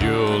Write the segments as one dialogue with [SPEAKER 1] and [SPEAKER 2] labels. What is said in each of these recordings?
[SPEAKER 1] you'll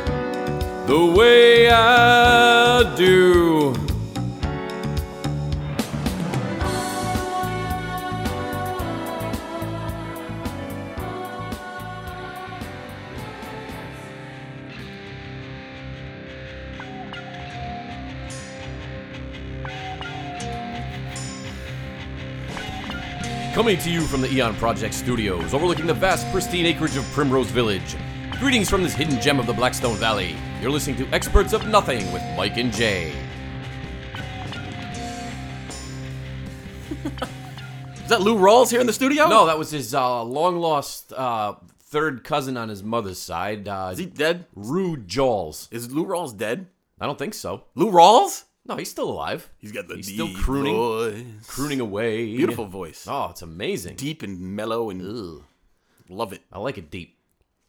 [SPEAKER 1] the way I do.
[SPEAKER 2] Coming to you from the Eon Project studios, overlooking the vast, pristine acreage of Primrose Village. Greetings from this hidden gem of the Blackstone Valley. You're listening to Experts of Nothing with Mike and Jay. Is that Lou Rawls here in the studio?
[SPEAKER 3] No, that was his uh, long lost uh, third cousin on his mother's side, uh,
[SPEAKER 2] Is he dead?
[SPEAKER 3] Rue Jawls.
[SPEAKER 2] Is Lou Rawls dead?
[SPEAKER 3] I don't think so.
[SPEAKER 2] Lou Rawls?
[SPEAKER 3] No, he's still alive,
[SPEAKER 2] He's got the
[SPEAKER 3] He's still
[SPEAKER 2] deep
[SPEAKER 3] crooning.
[SPEAKER 2] voice.
[SPEAKER 3] crooning away.
[SPEAKER 2] Beautiful voice.
[SPEAKER 3] Oh, it's amazing.
[SPEAKER 2] Deep and mellow and love it.
[SPEAKER 3] I like it deep.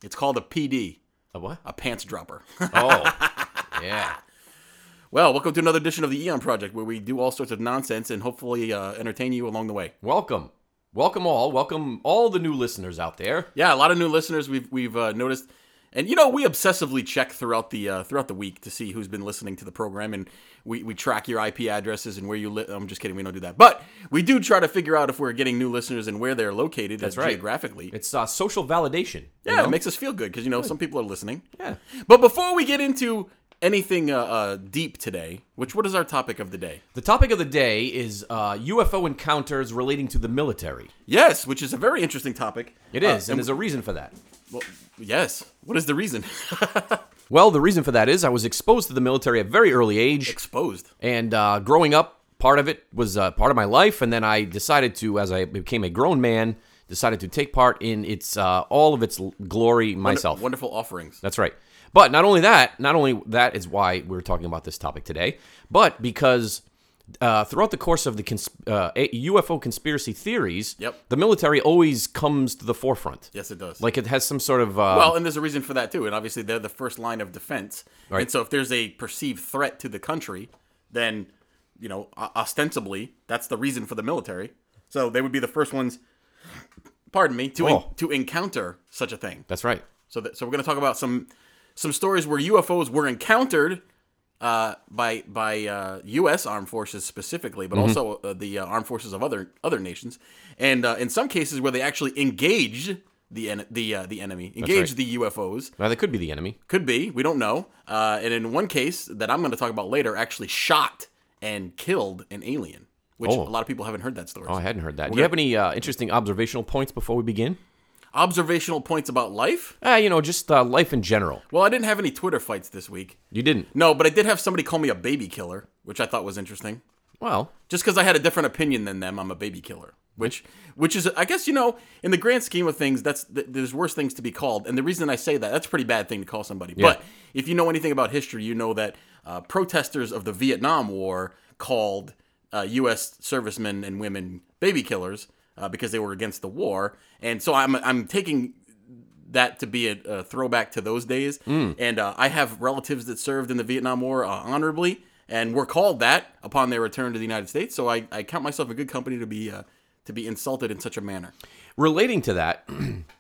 [SPEAKER 2] It's called a PD,
[SPEAKER 3] A what?
[SPEAKER 2] a pants dropper.
[SPEAKER 3] Oh, yeah.
[SPEAKER 2] well, welcome to another edition of the Eon Project where we do all sorts of nonsense and hopefully uh, entertain you along the way.
[SPEAKER 3] Welcome, welcome all. Welcome all the new listeners out there.
[SPEAKER 2] Yeah, a lot of new listeners we've we've uh, noticed, and you know we obsessively check throughout the uh, throughout the week to see who's been listening to the program, and we, we track your IP addresses and where you live. I'm just kidding, we don't do that, but we do try to figure out if we're getting new listeners and where they're located. That's
[SPEAKER 3] right.
[SPEAKER 2] geographically.
[SPEAKER 3] It's uh, social validation.
[SPEAKER 2] yeah, it makes us feel good because you know some people are listening.
[SPEAKER 3] Yeah.
[SPEAKER 2] But before we get into anything uh, uh, deep today, which what is our topic of the day?
[SPEAKER 3] The topic of the day is uh, UFO encounters relating to the military.
[SPEAKER 2] Yes, which is a very interesting topic.
[SPEAKER 3] It
[SPEAKER 2] Uh,
[SPEAKER 3] is, and
[SPEAKER 2] and
[SPEAKER 3] there's a reason for that.
[SPEAKER 2] well, yes. What is the reason?
[SPEAKER 3] Well, the reason for that is I was exposed to the military at a very early age,
[SPEAKER 2] Exposed.
[SPEAKER 3] and uh, growing up, part of it was uh, part of my life. And then I decided to, as I became a grown man, decided to take part in its uh, all of its l- glory myself.
[SPEAKER 2] Wonderful offerings.
[SPEAKER 3] That's right. But not only that, not only that is why we're talking about this topic today, but because uh, throughout the course of the cons- uh, a- UFO conspiracy theories,
[SPEAKER 2] Yep.
[SPEAKER 3] the military always comes to the forefront.
[SPEAKER 2] Yes, it does.
[SPEAKER 3] Like it has some sort of. Uh,
[SPEAKER 2] Well, and there's a reason for that too. And obviously, they're the first line of defense.
[SPEAKER 3] Right.
[SPEAKER 2] And so, if there's a perceived threat to the country, then you know, o- ostensibly, that's the reason for the military. So they would be the first ones. Pardon me to en-
[SPEAKER 3] Oh.
[SPEAKER 2] to encounter such a thing.
[SPEAKER 3] that's right.
[SPEAKER 2] So, that, so we're going to talk about some some stories where UFOs were encountered uh, by by uh, U.S. armed forces specifically, but
[SPEAKER 3] Mm-hmm.
[SPEAKER 2] also uh, the uh, armed forces of other other nations, and uh, in some cases where they actually engaged the en- the uh, the enemy, engaged
[SPEAKER 3] right.
[SPEAKER 2] the UFOs.
[SPEAKER 3] Now, that could be the enemy.
[SPEAKER 2] Could be, we don't know. Uh, and in one case that I'm going to talk about later, actually shot and killed an alien, which
[SPEAKER 3] Oh.
[SPEAKER 2] a lot of people haven't heard that story.
[SPEAKER 3] Oh, I hadn't heard that. Do you have any uh, interesting observational points before we begin?
[SPEAKER 2] Observational points about life.
[SPEAKER 3] Uh, you know, just uh, life in general.
[SPEAKER 2] Well, I didn't have any Twitter fights this week.
[SPEAKER 3] You didn't.
[SPEAKER 2] No, but I did have somebody call me a baby killer, which I thought was interesting.
[SPEAKER 3] Well,
[SPEAKER 2] Just because I had a different opinion than them, I'm a baby killer. Which, which is, I guess you know, in the grand scheme of things, that's th- there's worse things to be called. And the reason I say that, that's a pretty bad thing to call somebody. But if you know anything about history, you know that uh, protesters of the Vietnam War called uh, U.S. servicemen and women baby killers uh, because they were against the war. And so I'm I'm taking that to be a, a throwback to those days.
[SPEAKER 3] Hmm.
[SPEAKER 2] And uh, I have relatives that served in the Vietnam War uh, honorably and were called that upon their return to the United States. So I, I count myself in good company to be uh, to be insulted in such a manner.
[SPEAKER 3] relating to that,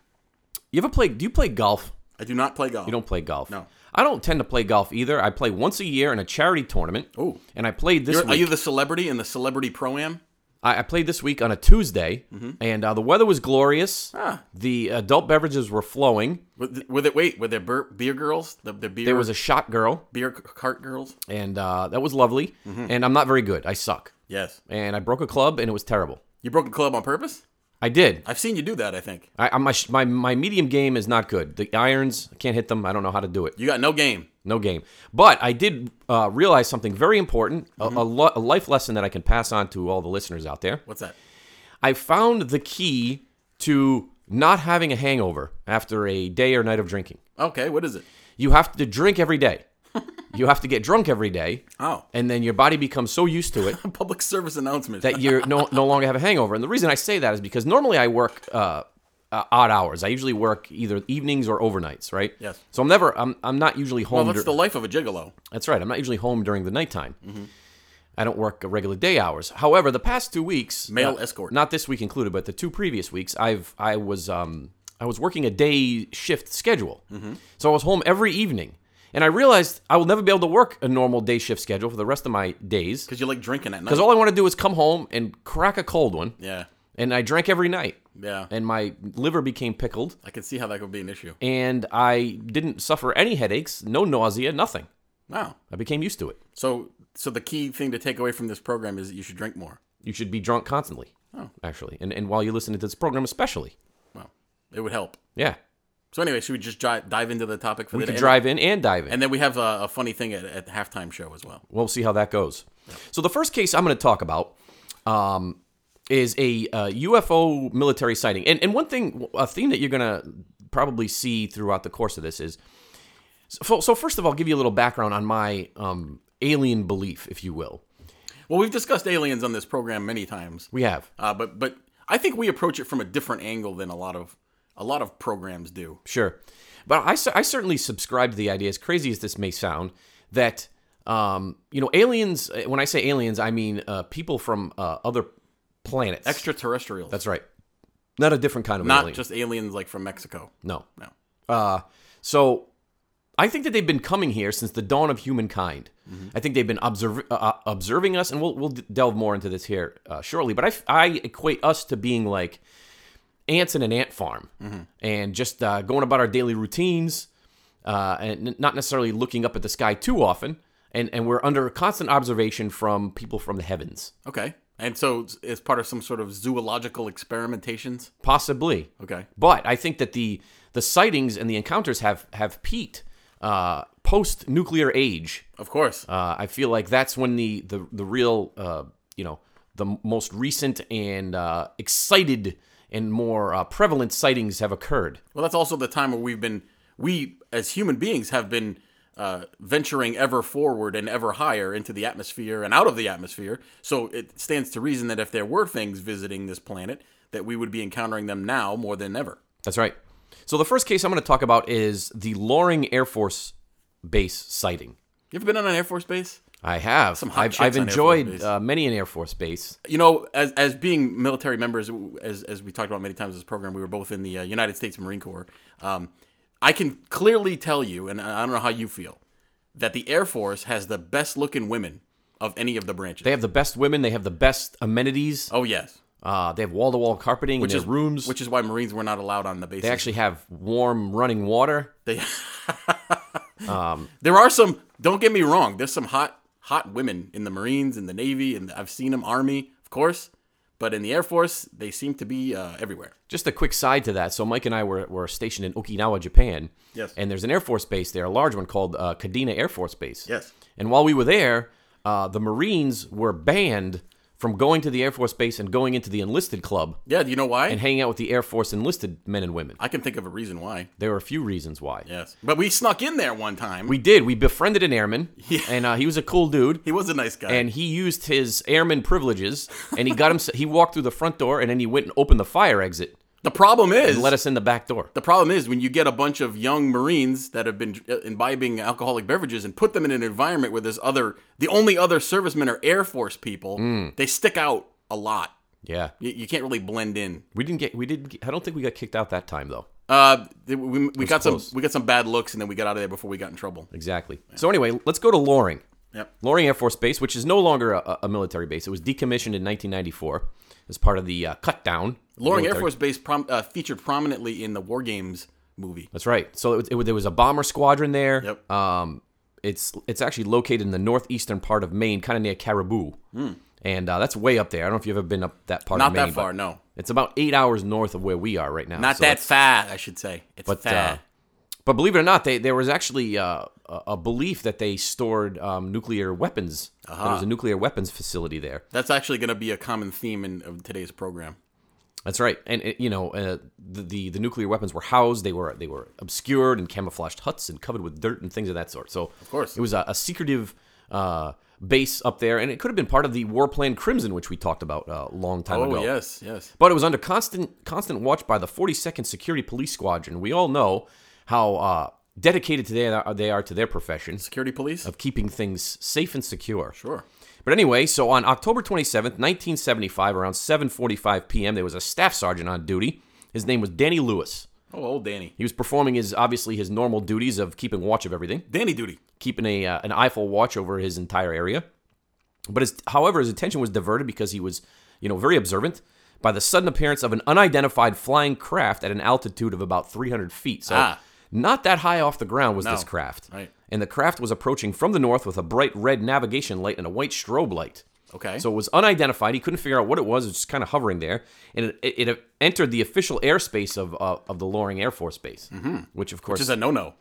[SPEAKER 3] you ever play? Do you play golf?
[SPEAKER 2] I do not play golf.
[SPEAKER 3] You don't play golf.
[SPEAKER 2] No.
[SPEAKER 3] I don't tend to play golf either. I play once a year in a charity tournament.
[SPEAKER 2] Ooh.
[SPEAKER 3] And I played this
[SPEAKER 2] You're- are
[SPEAKER 3] week.
[SPEAKER 2] you the celebrity in the celebrity pro am?
[SPEAKER 3] I, I played this week on a Tuesday, and uh, the weather was glorious.
[SPEAKER 2] Mm-hmm. Ah.
[SPEAKER 3] The adult beverages were flowing.
[SPEAKER 2] With, with it, wait, were there beer, beer girls? The, the beer
[SPEAKER 3] There was a shot girl,
[SPEAKER 2] beer c- cart girls.
[SPEAKER 3] and uh, that was lovely.
[SPEAKER 2] Mm-hmm.
[SPEAKER 3] And I'm not very good. I suck.
[SPEAKER 2] Yes,
[SPEAKER 3] And I broke a club, and it was terrible.
[SPEAKER 2] you broke a club on purpose.
[SPEAKER 3] I did.
[SPEAKER 2] I've seen you do that. I think
[SPEAKER 3] I, I, my, sh- my my medium game is not good. The irons, I can't hit them. I don't know how to do it.
[SPEAKER 2] you got no game.
[SPEAKER 3] No game. But I did uh, realize something very important, a-
[SPEAKER 2] Mm-hmm.
[SPEAKER 3] a, lo- a life lesson that I can pass on to all the listeners out there.
[SPEAKER 2] What's that?
[SPEAKER 3] I found the key to not having a hangover after a day or night of drinking.
[SPEAKER 2] Okay, what is it?
[SPEAKER 3] You have to drink every day. you have to get drunk every day.
[SPEAKER 2] Oh.
[SPEAKER 3] And then your body becomes so used to it
[SPEAKER 2] Public service announcement.
[SPEAKER 3] that you no, no longer have a hangover. And the reason I say that is because normally I work uh, uh, odd hours. I usually work either evenings or overnights, right?
[SPEAKER 2] Yes.
[SPEAKER 3] So I'm never, I'm, I'm not usually home.
[SPEAKER 2] well, that's
[SPEAKER 3] dur-
[SPEAKER 2] the life of a gigolo.
[SPEAKER 3] that's right. I'm not usually home during the nighttime.
[SPEAKER 2] Mm-hmm.
[SPEAKER 3] I don't work regular day hours. However, the past two weeks,
[SPEAKER 2] Male
[SPEAKER 3] not-
[SPEAKER 2] escort.
[SPEAKER 3] not this week included, but the two previous weeks, I've I was um I was working a day shift schedule,
[SPEAKER 2] Mm-hmm.
[SPEAKER 3] so I was home every evening, and I realized I will never be able to work a normal day shift schedule for the rest of my days
[SPEAKER 2] Because you like drinking at night.
[SPEAKER 3] because all I want to do is come home and crack a cold one,
[SPEAKER 2] yeah.
[SPEAKER 3] and I drank every night,
[SPEAKER 2] Yeah.
[SPEAKER 3] and my liver became pickled,
[SPEAKER 2] I can see how that could be an issue.
[SPEAKER 3] and I didn't suffer any headaches, no nausea, nothing.
[SPEAKER 2] Wow.
[SPEAKER 3] I became used to it.
[SPEAKER 2] So, so the key thing to take away from this program is that you should drink more.
[SPEAKER 3] You should be drunk constantly. Actually, and, and while you listen to this program, especially,
[SPEAKER 2] Wow. It would help.
[SPEAKER 3] yeah,
[SPEAKER 2] So anyway, should we just dive, dive into the topic for
[SPEAKER 3] we
[SPEAKER 2] the
[SPEAKER 3] could
[SPEAKER 2] day?
[SPEAKER 3] drive in and dive in.
[SPEAKER 2] And then we have a, a funny thing at, at the halftime show as well.
[SPEAKER 3] We'll see how that goes. So the first case I'm going to talk about um, is a uh, UFO military sighting, and and one thing, a theme that you're going to probably see throughout the course of this is. So, so first of all, I'll give you a little background on my um, alien belief, if you will.
[SPEAKER 2] Well, we've discussed aliens on this program many times,
[SPEAKER 3] We have
[SPEAKER 2] uh, but but I think we approach it from a different angle than a lot of a lot of programs do.
[SPEAKER 3] Sure. But I, cer- I certainly subscribe to the idea, as crazy as this may sound, that, um, you know, aliens, uh, when I say aliens, I mean uh, people from uh, other planets.
[SPEAKER 2] Extraterrestrials,
[SPEAKER 3] That's right. Not a different kind of
[SPEAKER 2] not
[SPEAKER 3] alien.
[SPEAKER 2] just aliens like from Mexico.
[SPEAKER 3] no.
[SPEAKER 2] No.
[SPEAKER 3] Uh, so I think that they've been coming here since the dawn of humankind. I think they've been observ- uh, uh, observing us, and we'll, we'll d- delve more into this here uh, shortly. But I, f- I equate us to being like ants in an ant farm and just uh, going about our daily routines uh, and n- not necessarily looking up at the sky too often. And, and we're under constant observation from people from the heavens.
[SPEAKER 2] Okay, and so it's- it's part of some sort of zoological experimentations.
[SPEAKER 3] Possibly.
[SPEAKER 2] Okay,
[SPEAKER 3] But I think that the the sightings and the encounters have have peaked uh, post nuclear age.
[SPEAKER 2] of course.
[SPEAKER 3] Uh, I feel like that's when the the the real uh, you know the most recent and uh, excited and more uh, prevalent sightings have occurred.
[SPEAKER 2] Well, that's also the time where we've been, we as human beings have been uh, venturing ever forward and ever higher into the atmosphere and out of the atmosphere. So it stands to reason that if there were things visiting this planet, that we would be encountering them now more than ever.
[SPEAKER 3] That's right. So the first case I'm going to talk about is the Loring Air Force Base sighting.
[SPEAKER 2] You ever been on an Air Force base?
[SPEAKER 3] I have.
[SPEAKER 2] hot
[SPEAKER 3] I've,
[SPEAKER 2] chicks
[SPEAKER 3] I've
[SPEAKER 2] on Air Force
[SPEAKER 3] enjoyed
[SPEAKER 2] Base.
[SPEAKER 3] uh, many an Air Force base.
[SPEAKER 2] You know, as, as being military members, as, as we talked about many times in this program, we were both in the uh, United States Marine Corps. Um, I can clearly tell you, and I I don't know how you feel, that the Air Force has the best looking women of any of the branches.
[SPEAKER 3] They have the best women. They have the best amenities.
[SPEAKER 2] oh, yes.
[SPEAKER 3] Uh, they have wall to wall carpeting in their rooms.
[SPEAKER 2] which is why Marines were not allowed on the base.
[SPEAKER 3] They actually have warm running water.
[SPEAKER 2] there are some. Don't get me wrong. There's some hot, hot women in the Marines, in the Navy, and I've seen them Army, of course, but in the Air Force, they seem to be uh, everywhere.
[SPEAKER 3] Just a quick side to that. So Mike and I were, were stationed in Okinawa, Japan.
[SPEAKER 2] Yes.
[SPEAKER 3] And there's an Air Force base there, a large one called uh, Kadena Air Force Base.
[SPEAKER 2] Yes.
[SPEAKER 3] And while we were there, uh, the Marines were banned from going to the Air Force base and going into the enlisted club
[SPEAKER 2] Yeah. Do you know why?
[SPEAKER 3] and hanging out with the Air Force enlisted men and women.
[SPEAKER 2] I can think of a reason why.
[SPEAKER 3] There were a few reasons why.
[SPEAKER 2] Yes. But we snuck in there one time.
[SPEAKER 3] We did. We befriended an airman, and uh, he was a cool dude.
[SPEAKER 2] he was a nice guy.
[SPEAKER 3] and he used his airman privileges and he got him he walked through the front door and then he went and opened the fire exit
[SPEAKER 2] the problem is,
[SPEAKER 3] let us in the back door
[SPEAKER 2] the problem is when you get a bunch of young Marines that have been uh, imbibing alcoholic beverages and put them in an environment where there's other, the only other servicemen are Air Force people.
[SPEAKER 3] Hmm.
[SPEAKER 2] They stick out a lot.
[SPEAKER 3] yeah
[SPEAKER 2] You, you can't really blend in.
[SPEAKER 3] we didn't get we didn't get, i don't think we got kicked out that time though
[SPEAKER 2] Uh, th- we, we got
[SPEAKER 3] close.
[SPEAKER 2] some we got some bad looks, and then we got out of there before we got in trouble.
[SPEAKER 3] exactly so anyway let's go to loring
[SPEAKER 2] Yep.
[SPEAKER 3] loring air force base which is no longer a, a military base it was decommissioned in 1994 as part of the uh, cut down
[SPEAKER 2] Loring Air Force Base prom- uh, featured prominently in the War Games movie.
[SPEAKER 3] that's right so it, it, there was a bomber squadron there
[SPEAKER 2] Yep.
[SPEAKER 3] um it's it's actually located in the northeastern part of maine kind of near caribou and uh, that's way up there i don't know if you've ever been up that part
[SPEAKER 2] Hmm. Not
[SPEAKER 3] of maine
[SPEAKER 2] that
[SPEAKER 3] but-
[SPEAKER 2] far, no.
[SPEAKER 3] It's about eight hours north of where we are right now.
[SPEAKER 2] Not
[SPEAKER 3] so
[SPEAKER 2] that
[SPEAKER 3] it's-
[SPEAKER 2] far, I should say. It's
[SPEAKER 3] But,
[SPEAKER 2] far.
[SPEAKER 3] uh, but believe it or not, they, there was actually uh, a a belief that they stored um, nuclear weapons. There was a nuclear weapons facility there.
[SPEAKER 2] That's actually going to be a common theme in of today's program.
[SPEAKER 3] That's right, and uh, you know uh, the, the the nuclear weapons were housed. They were they were obscured in camouflaged huts and covered with dirt and things of that sort. So of
[SPEAKER 2] course.
[SPEAKER 3] it was a, a secretive uh, base up there, and it could have been part of the war plan Crimson, which we talked about uh, a long time
[SPEAKER 2] Oh
[SPEAKER 3] ago.
[SPEAKER 2] yes, yes.
[SPEAKER 3] But it was under constant constant watch by the 42nd Security Police Squadron. We all know how uh, dedicated to their, they are to their profession
[SPEAKER 2] Security police.
[SPEAKER 3] of keeping things safe and secure.
[SPEAKER 2] Sure.
[SPEAKER 3] But anyway, so on October 27th, 1975, around 7:45 p.m., there was a staff sergeant on duty. His name was Danny Lewis.
[SPEAKER 2] Oh, old Danny.
[SPEAKER 3] He was performing his obviously his normal duties of keeping watch of everything,
[SPEAKER 2] Danny duty.
[SPEAKER 3] keeping a uh, an eyeful watch over his entire area. But his, however, his attention was diverted because he was, you know, very observant by the sudden appearance of an unidentified flying craft at an altitude of about 300 feet. So
[SPEAKER 2] Ah.
[SPEAKER 3] not that high off the ground was this craft.
[SPEAKER 2] Right.
[SPEAKER 3] And the craft was approaching from the north with a bright red navigation light and a white strobe light.
[SPEAKER 2] Okay.
[SPEAKER 3] So it was unidentified. He couldn't figure out what it was. It was just kind of hovering there, and it, it, it entered the official airspace of uh, of the Loring Air Force Base, mm-hmm. which of course
[SPEAKER 2] this is a no-no.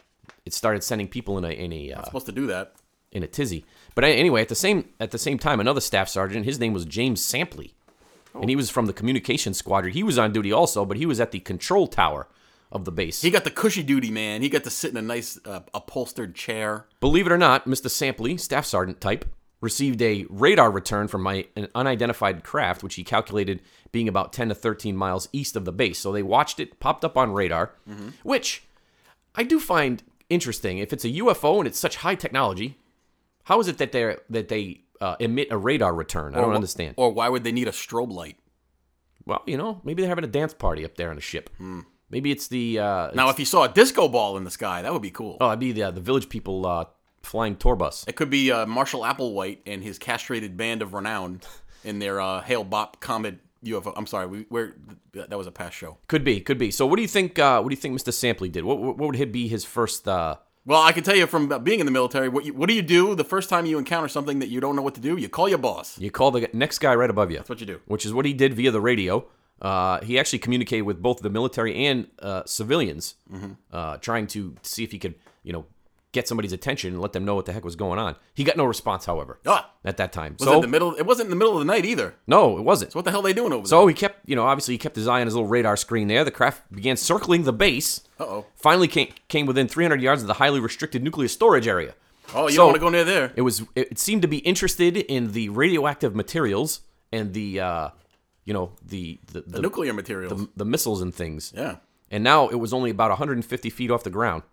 [SPEAKER 3] it started sending people in a in a uh,
[SPEAKER 2] Supposed to do that.
[SPEAKER 3] in a tizzy. But a- anyway, at the same at the same time, another staff sergeant, his name was James Sampley, and he was from the communications squadron. He was on duty also, but he was at the control tower of the base.
[SPEAKER 2] He got the cushy duty, man. He got to sit in a nice uh, upholstered chair.
[SPEAKER 3] Believe it or not, Mr. Sampley, staff sergeant type, received a radar return from my, an unidentified craft, which he calculated being about 10 to 13 miles east of the base. So they watched it, popped up on radar, which I do find interesting. If it's a UFO and it's such high technology, how is it that they that they uh, emit a radar return? I don't understand.
[SPEAKER 2] Or why would they need a strobe light?
[SPEAKER 3] well, you know, maybe they're having a dance party up there on a ship. Maybe it's the uh,
[SPEAKER 2] Now, if you saw a disco ball in the sky, that would be cool.
[SPEAKER 3] oh, it'd be the the village people uh, flying tour bus.
[SPEAKER 2] It could be uh, Marshall Applewhite and his castrated band of renown in their uh, Hail Bop Comet UFO. I'm sorry, we we're, that was a past show.
[SPEAKER 3] Could be, could be. So, what do you think? Uh, what do you think, Mr. Sampley did? What, what would it be his first? Uh,
[SPEAKER 2] Well, I can tell you from uh, being in the military, what you, what do you do the first time you encounter something that you don't know what to do? You call your boss. That's
[SPEAKER 3] you call the next guy right above you. That's
[SPEAKER 2] what you do.
[SPEAKER 3] Which is what he did via the radio. Uh, he actually communicated with both the military and uh, civilians,
[SPEAKER 2] Mm-hmm.
[SPEAKER 3] uh, trying to see if he could, you know, get somebody's attention and let them know what the heck was going on. He got no response, however,
[SPEAKER 2] Ah,
[SPEAKER 3] at that time.
[SPEAKER 2] was
[SPEAKER 3] so
[SPEAKER 2] it in the middle? It wasn't in the middle of the night either.
[SPEAKER 3] no, it wasn't.
[SPEAKER 2] So what the hell are they doing over
[SPEAKER 3] So he kept, you know, obviously he kept his eye on his little radar screen there. The craft began circling the base.
[SPEAKER 2] Uh-oh.
[SPEAKER 3] Finally came, came within 300 yards of the highly restricted nuclear storage area.
[SPEAKER 2] there? Oh, you
[SPEAKER 3] so-
[SPEAKER 2] don't want to go near there.
[SPEAKER 3] It was. It it seemed to be interested in the radioactive materials and the, uh, you know, the the the, the,
[SPEAKER 2] Nuclear materials.
[SPEAKER 3] missiles and things.
[SPEAKER 2] yeah.
[SPEAKER 3] And now it was only about 150 feet off the ground.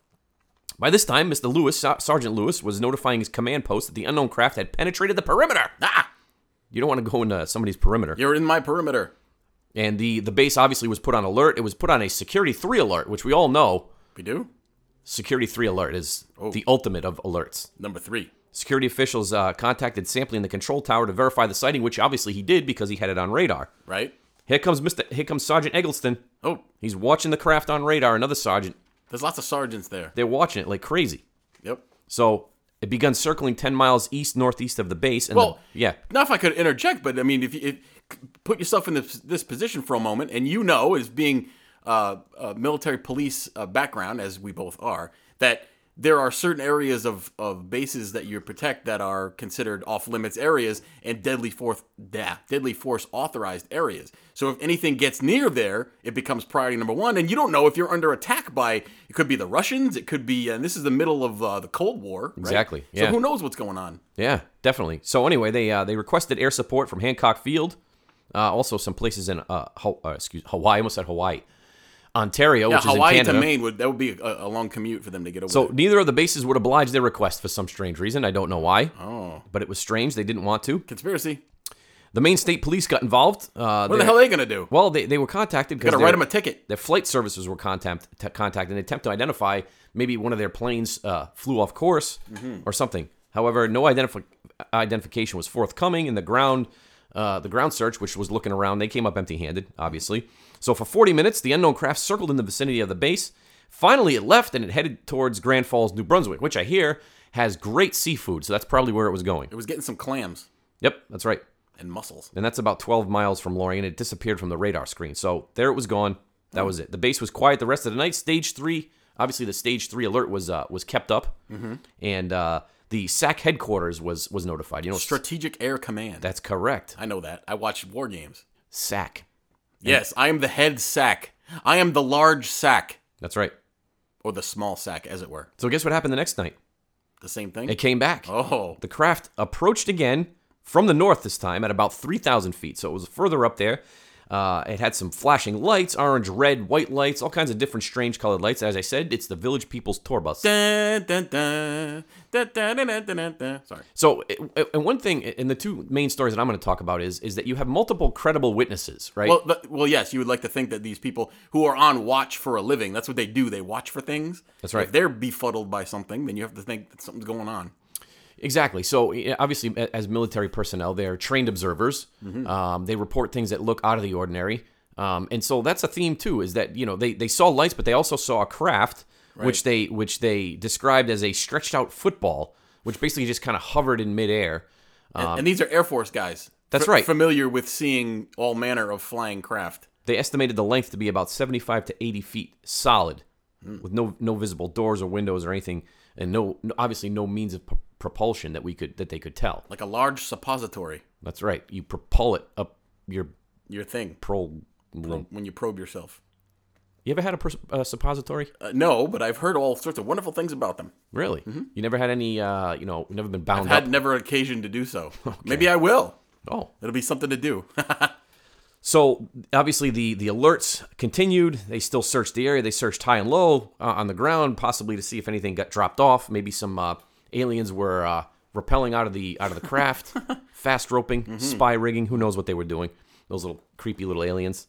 [SPEAKER 3] By this time, Mr. Lewis, Ser- Sergeant Lewis, was notifying his command post that the unknown craft had penetrated the perimeter.
[SPEAKER 2] Ah,
[SPEAKER 3] You don't want to go into somebody's perimeter.
[SPEAKER 2] you're in my perimeter.
[SPEAKER 3] And the the base obviously was put on alert. It was put on a security three alert, which we all know
[SPEAKER 2] We do
[SPEAKER 3] security three alert is the ultimate of alerts.
[SPEAKER 2] number three.
[SPEAKER 3] Security officials uh, contacted Sampley in the control tower to verify the sighting, which obviously he did because he had it on radar.
[SPEAKER 2] right?
[SPEAKER 3] Here comes Mr. Here comes Sergeant Eggleston.
[SPEAKER 2] Oh,
[SPEAKER 3] He's watching the craft on radar. Another sergeant.
[SPEAKER 2] there's lots of sergeants there.
[SPEAKER 3] They're watching it like crazy.
[SPEAKER 2] Yep.
[SPEAKER 3] So it begun circling ten miles east northeast of the base. And
[SPEAKER 2] Well-
[SPEAKER 3] the- yeah,
[SPEAKER 2] Now, if I could interject, but I mean, if you if, put yourself in this, this position for a moment, and you know, as being uh, a military police uh, background, as we both are, that there are certain areas of, of bases that you protect that are considered off limits areas and deadly force da, deadly force authorized areas. So if anything gets near there, it becomes priority number one, and you don't know if you're under attack by it could be the Russians, it could be, and this is the middle of uh, the Cold War, right?
[SPEAKER 3] Exactly,
[SPEAKER 2] So
[SPEAKER 3] yeah.
[SPEAKER 2] who knows what's going on?
[SPEAKER 3] yeah, definitely. So anyway, they uh, they requested air support from Hancock Field, uh, also some places in uh, ha- uh, excuse Hawaii. I almost said Hawaii, Ontario,
[SPEAKER 2] Yeah,
[SPEAKER 3] which is
[SPEAKER 2] Hawaii
[SPEAKER 3] in Canada.
[SPEAKER 2] to Maine would that would be a, a long commute for them to get away.
[SPEAKER 3] So neither of the bases would oblige their request for some strange reason. I don't know why. Oh. But it was strange. They didn't want to.
[SPEAKER 2] conspiracy.
[SPEAKER 3] The Maine State Police got involved. Uh,
[SPEAKER 2] What the hell are they gonna do?
[SPEAKER 3] Well, they, they were contacted because
[SPEAKER 2] Gotta write them a ticket.
[SPEAKER 3] their flight services were contact, t- contacted in an attempt to identify maybe one of their planes uh, flew off course
[SPEAKER 2] Mm-hmm.
[SPEAKER 3] or something. However, no identif- identification was forthcoming, and the ground uh, the ground search, which was looking around, they came up empty-handed, obviously. So for 40 minutes, the unknown craft circled in the vicinity of the base. Finally, it left and it headed towards Grand Falls, New Brunswick, which I hear has great seafood. So that's probably where it was going.
[SPEAKER 2] It was getting some clams
[SPEAKER 3] Yep, that's right
[SPEAKER 2] and mussels.
[SPEAKER 3] and that's about 12 miles from Lorraine. It disappeared from the radar screen. So there it was gone. That was it. The base was quiet the rest of the night. Stage three, obviously, the stage three alert was uh, was kept up, and uh, the SAC headquarters was was notified. You know,
[SPEAKER 2] Strategic Air Command.
[SPEAKER 3] that's correct.
[SPEAKER 2] I know that. I watched war games.
[SPEAKER 3] SAC.
[SPEAKER 2] Yes, I am the head sack. I am the large sack,
[SPEAKER 3] That's right.
[SPEAKER 2] or the small sack, as it were.
[SPEAKER 3] So guess what happened the next night?
[SPEAKER 2] The same thing.
[SPEAKER 3] It came back.
[SPEAKER 2] oh,
[SPEAKER 3] The craft approached again from the north this time at about 3,000 feet, so it was further up there. Uh, it had some flashing lights, orange, red, white lights, all kinds of different strange colored lights. As I said, it's the Village People's Tour Bus.
[SPEAKER 2] Dun, dun, dun. Dun, dun, dun, dun, dun, dun, dun. Sorry.
[SPEAKER 3] So, it- it- and one thing, eh, and the two main stories that I'm going to talk about is is that you have multiple credible witnesses, right?
[SPEAKER 2] Well, but, well, yes, you would like to think that these people who are on watch for a living, that's what they do. They watch for things.
[SPEAKER 3] That's right.
[SPEAKER 2] If they're befuddled by something, then you have to think that something's going on.
[SPEAKER 3] Exactly. So eh, obviously, a- as military personnel, they are trained observers. Um, they report things that look out of the ordinary, um, and so that's a theme too. Is that you know they, they saw lights, but they also saw a craft, which they which they described as a stretched out football, which basically just kind of hovered in midair.
[SPEAKER 2] And, and these are Air Force guys.
[SPEAKER 3] Uh, That's
[SPEAKER 2] Fa-
[SPEAKER 3] right.
[SPEAKER 2] Familiar with seeing all manner of flying craft.
[SPEAKER 3] They estimated the length to be about seventy five to eighty feet solid,
[SPEAKER 2] Hmm.
[SPEAKER 3] with no no visible doors or windows or anything, and no, no obviously no means of p- propulsion that we could that they could tell.
[SPEAKER 2] Like a large suppository,
[SPEAKER 3] That's right. You propel it up your
[SPEAKER 2] your thing,
[SPEAKER 3] prol.
[SPEAKER 2] when you probe yourself.
[SPEAKER 3] You ever had a pers- uh, suppository?
[SPEAKER 2] Uh, no, but I've heard all sorts of wonderful things about them.
[SPEAKER 3] Really? You never had any? Uh, you know, never been bound
[SPEAKER 2] Had
[SPEAKER 3] up?
[SPEAKER 2] never occasion to do so. Maybe I will.
[SPEAKER 3] Oh,
[SPEAKER 2] It'll be something to do.
[SPEAKER 3] so obviously the the alerts continued. They still searched the area. They searched high and low uh, on the ground, possibly to see if anything got dropped off. Maybe some uh, aliens were uh, rappelling out of the out of the craft, fast roping, spy rigging. Who knows what they were doing? Those little creepy little aliens.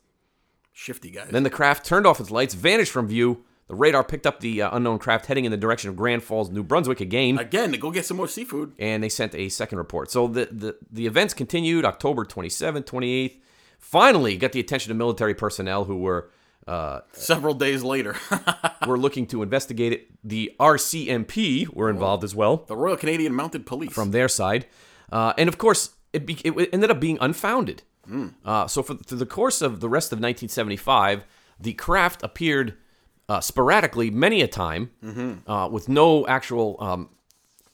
[SPEAKER 2] Shifty guys.
[SPEAKER 3] Then the craft turned off its lights, vanished from view. The radar picked up the uh, unknown craft heading in the direction of Grand Falls, New Brunswick again.
[SPEAKER 2] Again, to go get some more seafood.
[SPEAKER 3] and they sent a second report. So the, the, the events continued October 27th, 28th. Finally, got the attention of military personnel who were uh,
[SPEAKER 2] Several days later,
[SPEAKER 3] were looking to investigate it. The RCMP were involved as well
[SPEAKER 2] the Royal Canadian Mounted Police.
[SPEAKER 3] from their side, uh, and of course, it, be, it ended up being unfounded. Uh, so for through the course of the rest of 1975, the craft appeared uh, sporadically, many a time, uh, with no actual um,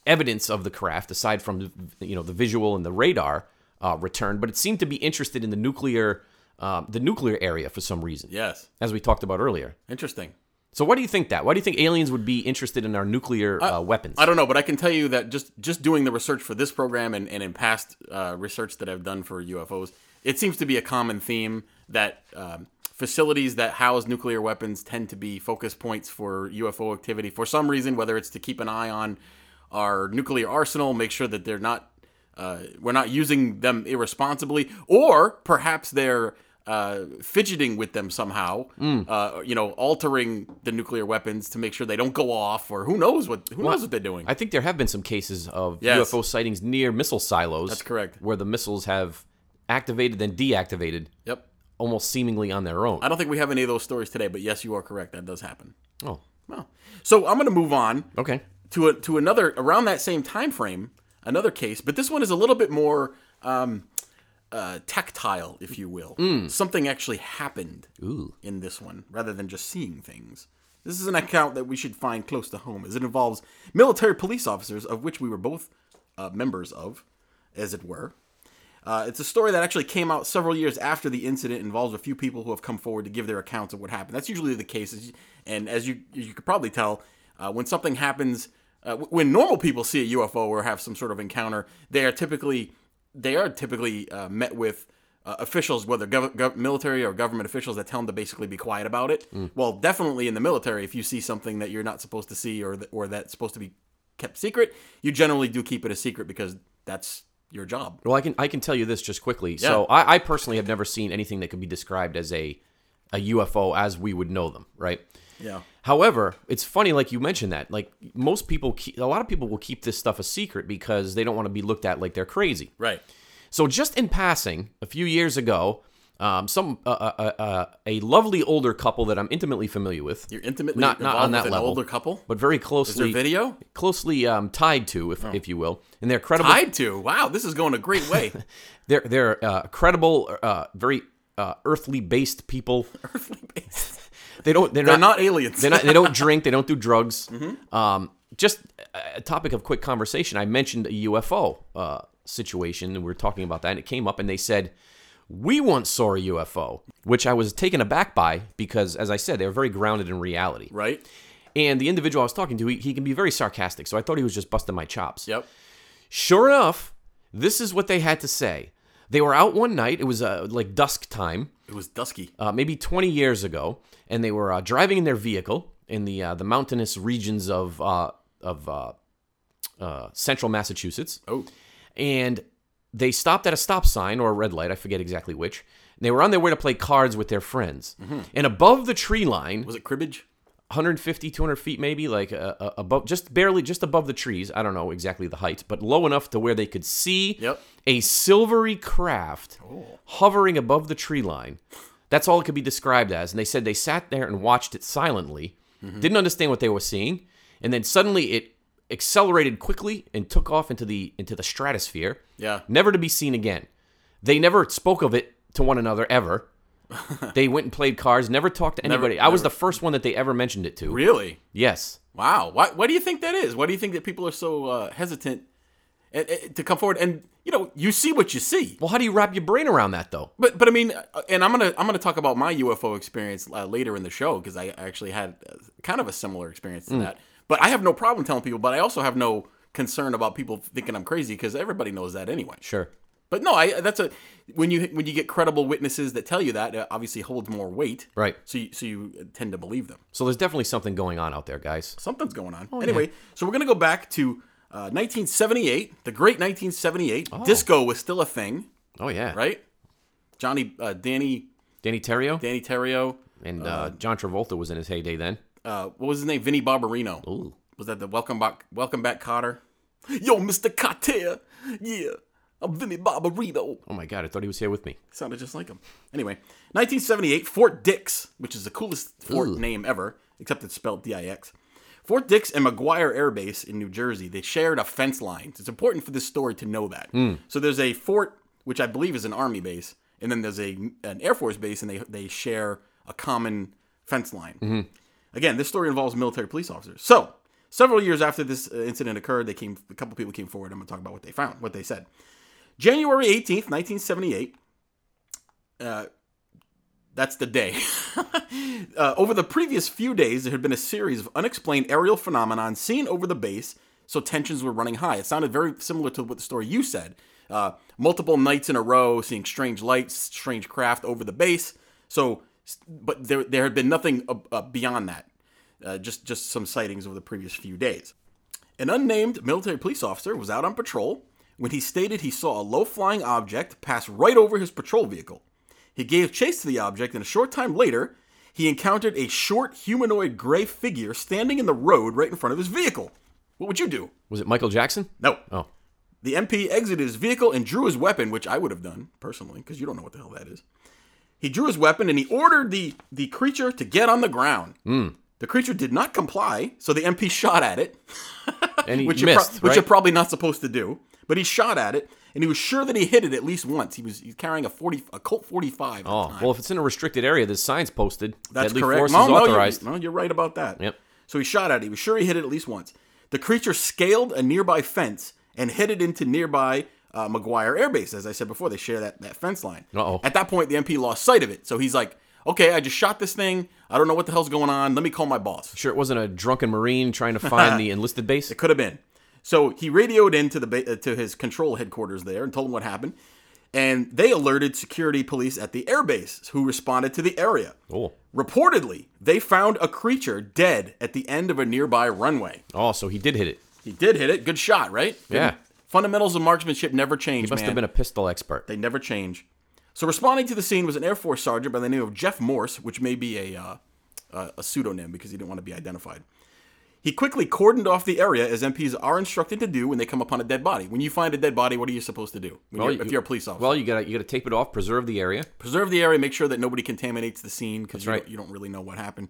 [SPEAKER 3] evidence of the craft aside from you know the visual and the radar uh, return. But it seemed to be interested in the nuclear, um the nuclear area for some reason,
[SPEAKER 2] yes,
[SPEAKER 3] as we talked about earlier.
[SPEAKER 2] interesting.
[SPEAKER 3] So why do you think that? Why do you think aliens would be interested in our nuclear uh, weapons?
[SPEAKER 2] I don't know, but I can tell you that just just doing the research for this program and, and in past uh, research that I've done for UFOs, it seems to be a common theme that um, facilities that house nuclear weapons tend to be focus points for UFO activity for some reason, whether it's to keep an eye on our nuclear arsenal, make sure that they're not uh, we're not using them irresponsibly, or perhaps they're uh, fidgeting with them somehow. Uh, you know, altering the nuclear weapons to make sure they don't go off, or who knows what who knows what they're doing.
[SPEAKER 3] I think there have been some cases of
[SPEAKER 2] Yes.
[SPEAKER 3] UFO sightings near missile silos. That's
[SPEAKER 2] correct.
[SPEAKER 3] Where the missiles have activated then deactivated,
[SPEAKER 2] yep.
[SPEAKER 3] almost seemingly on their own.
[SPEAKER 2] I don't think we have any of those stories today, but yes, you are correct. That does happen.
[SPEAKER 3] oh,
[SPEAKER 2] Well, so I'm going to move on
[SPEAKER 3] okay.
[SPEAKER 2] to a, to another around that same time frame, another case, but this one is a little bit more um, uh, tactile, if you will. Something actually happened in this one, rather than just seeing things. This is an account that we should find close to home, as it involves military police officers, of which we were both uh, members of, as it were. Uh, it's a story that actually came out several years after the incident. Involves a few people who have come forward to give their accounts of what happened. That's usually the case, as you- and as you you could probably tell, uh, when something happens, uh, w- when normal people see a UFO or have some sort of encounter, they are typically they are typically uh, met with uh, officials, whether gov- gov- military or government officials, that tell them to basically be quiet about it. Well, definitely in the military, if you see something that you're not supposed to see or th- or that's supposed to be kept secret, you generally do keep it a secret because that's your job.
[SPEAKER 3] Well, I can I can tell you this just quickly. So I, I personally have never seen anything that could be described as a a UFO as we would know them, right?
[SPEAKER 2] Yeah.
[SPEAKER 3] However, it's funny, like you mentioned that, like most people, keep, a lot of people will keep this stuff a secret because they don't want to be looked at like they're crazy.
[SPEAKER 2] Right.
[SPEAKER 3] So just in passing, a few years ago, um, some uh, uh, uh, uh, a lovely older couple that I'm intimately familiar with,
[SPEAKER 2] You're intimately
[SPEAKER 3] Not- not
[SPEAKER 2] involved
[SPEAKER 3] on that
[SPEAKER 2] with an
[SPEAKER 3] level.
[SPEAKER 2] older couple.
[SPEAKER 3] but very closely
[SPEAKER 2] Their video Oh.
[SPEAKER 3] closely um, tied to, if, if you will, and they're credible.
[SPEAKER 2] tied to. Wow, this is going a great way.
[SPEAKER 3] They're they're uh, credible, uh, very uh, earthly based people.
[SPEAKER 2] Earthly based.
[SPEAKER 3] They don't they're,
[SPEAKER 2] They're
[SPEAKER 3] not
[SPEAKER 2] not aliens.
[SPEAKER 3] they're not they don't drink they don't do drugs. Um, just a a topic of quick conversation. I mentioned a UFO uh, situation and we were talking about that, and it came up, and they said. We once saw a UFO. which I was taken aback by because, as I said, they were very grounded in reality.
[SPEAKER 2] right?
[SPEAKER 3] And the individual I was talking to, he, he can be very sarcastic, so I thought he was just busting my chops.
[SPEAKER 2] Yep.
[SPEAKER 3] Sure enough, this is what they had to say. They were out one night. It was uh, like dusk time,
[SPEAKER 2] It was dusky.
[SPEAKER 3] uh, maybe 20 years ago, and they were uh, driving in their vehicle in the uh, the mountainous regions of uh, of uh, uh, central Massachusetts.
[SPEAKER 2] Oh.
[SPEAKER 3] And they stopped at a stop sign or a red light. I forget exactly which. They were on their way to play cards with their friends, and above the tree line,
[SPEAKER 2] Was it cribbage?
[SPEAKER 3] 150 200 feet maybe like uh, uh, above just barely just above the trees i don't know exactly the height but low enough to where they could see
[SPEAKER 2] Yep.
[SPEAKER 3] a silvery craft hovering above the tree line that's all it could be described as and they said they sat there and watched it silently didn't understand what they were seeing and then suddenly it accelerated quickly and took off into the into the stratosphere
[SPEAKER 2] Yeah.
[SPEAKER 3] never to be seen again they never spoke of it to one another ever they went and played cards, never talked to anybody. I was the first one that they ever mentioned it to.
[SPEAKER 2] Really?
[SPEAKER 3] Yes.
[SPEAKER 2] Wow. Why, why do you think that is? Why do you think that people are so uh, hesitant eh, eh, to come forward? And you know, you see what you see.
[SPEAKER 3] Well, how do you wrap your brain around that though?
[SPEAKER 2] But but I mean, uh, and I'm gonna I'm gonna talk about my UFO experience uh, later in the show because I actually had uh, kind of a similar experience
[SPEAKER 3] Mm.
[SPEAKER 2] to that. But I have no problem telling people. But I also have no concern about people thinking I'm crazy because everybody knows that anyway.
[SPEAKER 3] Sure.
[SPEAKER 2] But no, I that's a when you when you get credible witnesses that tell you that it obviously holds more weight.
[SPEAKER 3] Right.
[SPEAKER 2] So you, so you tend to believe them.
[SPEAKER 3] So there's definitely something going on out there, guys.
[SPEAKER 2] Something's going on.
[SPEAKER 3] Oh,
[SPEAKER 2] anyway, so we're gonna go back to uh, 1978, the great 1978. Disco was still a thing,
[SPEAKER 3] Oh yeah.
[SPEAKER 2] right? Johnny, uh, Danny,
[SPEAKER 3] Danny Terrio
[SPEAKER 2] Danny Terrio.
[SPEAKER 3] and uh, John Travolta was in his heyday then.
[SPEAKER 2] Uh, what was his name? Vinny Barbarino.
[SPEAKER 3] Ooh.
[SPEAKER 2] Was that the Welcome Back? Welcome Back, Cotter. Yo, Mr. Cotter. Yeah, I'm Vinny Barbarino.
[SPEAKER 3] Oh my God! I thought he was here with me.
[SPEAKER 2] Sounded just like him. Anyway, 1978, Fort Dix, which is the coolest fort
[SPEAKER 3] Ooh.
[SPEAKER 2] name ever, except it's spelled D-I-X. Fort Dix and McGuire Air Base in New Jersey, they shared a fence line. It's important for this story to know that. So there's a fort, which I believe is an army base, and then there's a an Air Force base, and they, they share a common fence line. Again, this story involves military police officers. So, several years after this uh, incident occurred, they came. A couple people came forward. I'm going to talk about what they found, what they said. January 18th, 1978. Uh, that's the day. uh, over the previous few days, there had been a series of unexplained aerial phenomenon seen over the base, so tensions were running high. It sounded very similar to what the story you said. Uh, multiple nights in a row, seeing strange lights, strange craft over the base. So, s- but there there had been nothing uh, uh, beyond that. Uh, just just some sightings over the previous few days. An unnamed military police officer was out on patrol when he stated he saw a low flying object pass right over his patrol vehicle. He gave chase to the object, and a short time later, he encountered a short humanoid gray figure standing in the road right in front of his vehicle. What would you do?
[SPEAKER 3] Was it Michael Jackson?
[SPEAKER 2] No.
[SPEAKER 3] Oh.
[SPEAKER 2] The MP exited his vehicle and drew his weapon, which I would have done personally, because you don't know what the hell that is. He drew his weapon and he ordered the, the creature to get on the ground.
[SPEAKER 3] Hmm.
[SPEAKER 2] The creature did not comply, so the MP shot at it
[SPEAKER 3] And he
[SPEAKER 2] which you're,
[SPEAKER 3] missed,
[SPEAKER 2] pro- which
[SPEAKER 3] right?
[SPEAKER 2] you're probably not supposed to do. But he shot at it, and he was sure that he hit it at least once. He was he's carrying a forty, a Colt forty five.
[SPEAKER 3] oh, well, if it's in a restricted area, there's signs posted.
[SPEAKER 2] that's
[SPEAKER 3] Deadly
[SPEAKER 2] correct.
[SPEAKER 3] force
[SPEAKER 2] No,
[SPEAKER 3] is
[SPEAKER 2] no, you're-
[SPEAKER 3] authorized.
[SPEAKER 2] no, you're right about that.
[SPEAKER 3] Yep.
[SPEAKER 2] So he shot at it. He was sure he hit it at least once. The creature scaled a nearby fence and headed into nearby uh, McGuire Air Base. As I said before, they share that, that fence line.
[SPEAKER 3] Uh-oh.
[SPEAKER 2] At that point, the MP lost sight of it. So he's like, okay, I just shot this thing. I don't know what the hell's going on. Let me call my boss.
[SPEAKER 3] Sure, it wasn't a drunken marine trying to find the enlisted base.
[SPEAKER 2] It could have been. So he radioed into the ba- uh, to his control headquarters there and told them what happened, and they alerted security police at the airbase, who responded to the area.
[SPEAKER 3] Oh.
[SPEAKER 2] Reportedly, they found a creature dead at the end of a nearby runway.
[SPEAKER 3] Oh, so he did hit it.
[SPEAKER 2] He did hit it. Good shot, right?
[SPEAKER 3] Yeah.
[SPEAKER 2] Fundamentals of marksmanship never change.
[SPEAKER 3] He must
[SPEAKER 2] man.
[SPEAKER 3] have been a pistol expert.
[SPEAKER 2] They never change. So responding to the scene was an Air Force sergeant by the name of Jeff Morse, which may be a uh, uh, a pseudonym because he didn't want to be identified. He quickly cordoned off the area as MPs are instructed to do when they come upon a dead body. When you find a dead body, what are you supposed to do? When
[SPEAKER 3] Well,
[SPEAKER 2] you're, if
[SPEAKER 3] you-
[SPEAKER 2] you're a police officer,
[SPEAKER 3] Well, you gotta you gotta tape it off, preserve the area.
[SPEAKER 2] preserve the area, make sure that nobody contaminates the scene because you,
[SPEAKER 3] right.
[SPEAKER 2] don't- you don't really know what happened.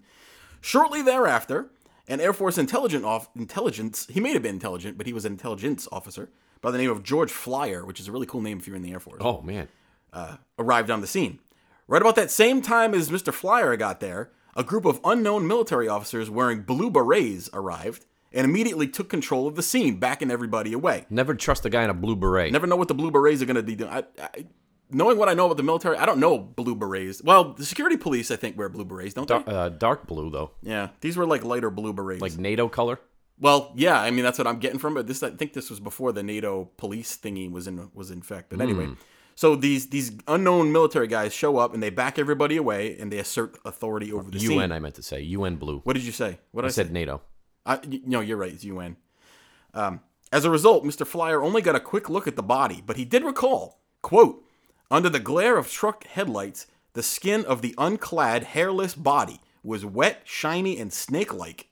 [SPEAKER 2] Shortly thereafter, an Air Force intelligent off, intelligence, he may have been intelligent, but he was an intelligence officer by the name of George Flyer, which is a really cool name if you're in the Air Force
[SPEAKER 3] Oh man.
[SPEAKER 2] arrived on the scene. Right about that same time as Mr. Flyer got there, a group of unknown military officers wearing blue berets arrived and immediately took control of the scene, backing everybody away.
[SPEAKER 3] Never trust a guy in a blue beret.
[SPEAKER 2] Never know what the blue berets are going to be doing. I, I, knowing what I know about the military, I don't know blue berets. Well, the security police, I think, wear blue berets, don't they?
[SPEAKER 3] Uh, dark blue though,
[SPEAKER 2] Yeah, these were like lighter blue berets.
[SPEAKER 3] like NATO color.
[SPEAKER 2] well, yeah, I mean that's what I'm getting from it. This, I think, this was before the NATO police thingy was in was in fact. But anyway, so these these unknown military guys show up and they back everybody away and they assert authority over the
[SPEAKER 3] UN,
[SPEAKER 2] scene.
[SPEAKER 3] I meant to say UN blue.
[SPEAKER 2] What did you say? What did
[SPEAKER 3] I said NATO.
[SPEAKER 2] I, y- no, you're right. It's UN. Um, as a result, Mr. Flyer only got a quick look at the body, but he did recall, quote, under the glare of truck headlights, the skin of the unclad, hairless body was wet, shiny, and snake-like.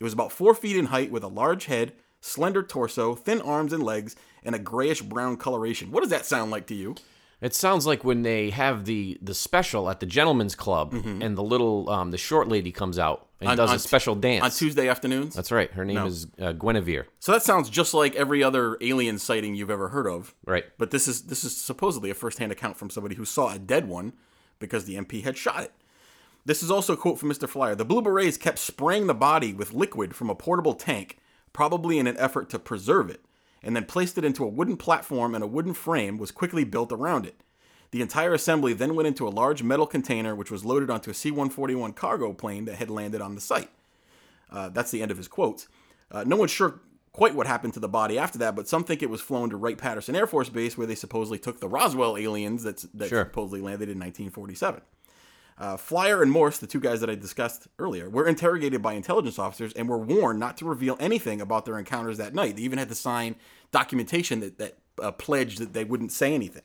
[SPEAKER 2] It was about four feet in height with a large head, slender torso, thin arms and legs, and a grayish-brown coloration. What does that sound like to you?
[SPEAKER 3] It sounds like when they have the the special at the gentleman's club, and the little um, the short lady comes out and
[SPEAKER 2] Mm-hmm. On-
[SPEAKER 3] does
[SPEAKER 2] on
[SPEAKER 3] a
[SPEAKER 2] t-
[SPEAKER 3] special dance.
[SPEAKER 2] On Tuesday afternoons?
[SPEAKER 3] That's right. Her name is uh, Guinevere.
[SPEAKER 2] so that sounds just like every other alien sighting you've ever heard of.
[SPEAKER 3] Right.
[SPEAKER 2] But this is this is supposedly a first-hand account from somebody who saw a dead one because the MP had shot it. This is also a quote from Mr. Flyer. The Blue Berets kept spraying the body with liquid from a portable tank, probably in an effort to preserve it, and then placed it into a wooden platform and a wooden frame was quickly built around it. The entire assembly then went into a large metal container which was loaded onto a C-141 cargo plane that had landed on the site. Uh, that's the end of his quotes. Uh, no one's sure quite what happened to the body after that, but some think it was flown to Wright Patterson Air Force Base, where they supposedly took the Roswell aliens that's, that
[SPEAKER 3] Sure.
[SPEAKER 2] supposedly landed in 1947. Uh, Flyer and Morse, the two guys that I discussed earlier, were interrogated by intelligence officers and were warned not to reveal anything about their encounters that night. They even had to sign documentation that, that uh, pledged that they wouldn't say anything.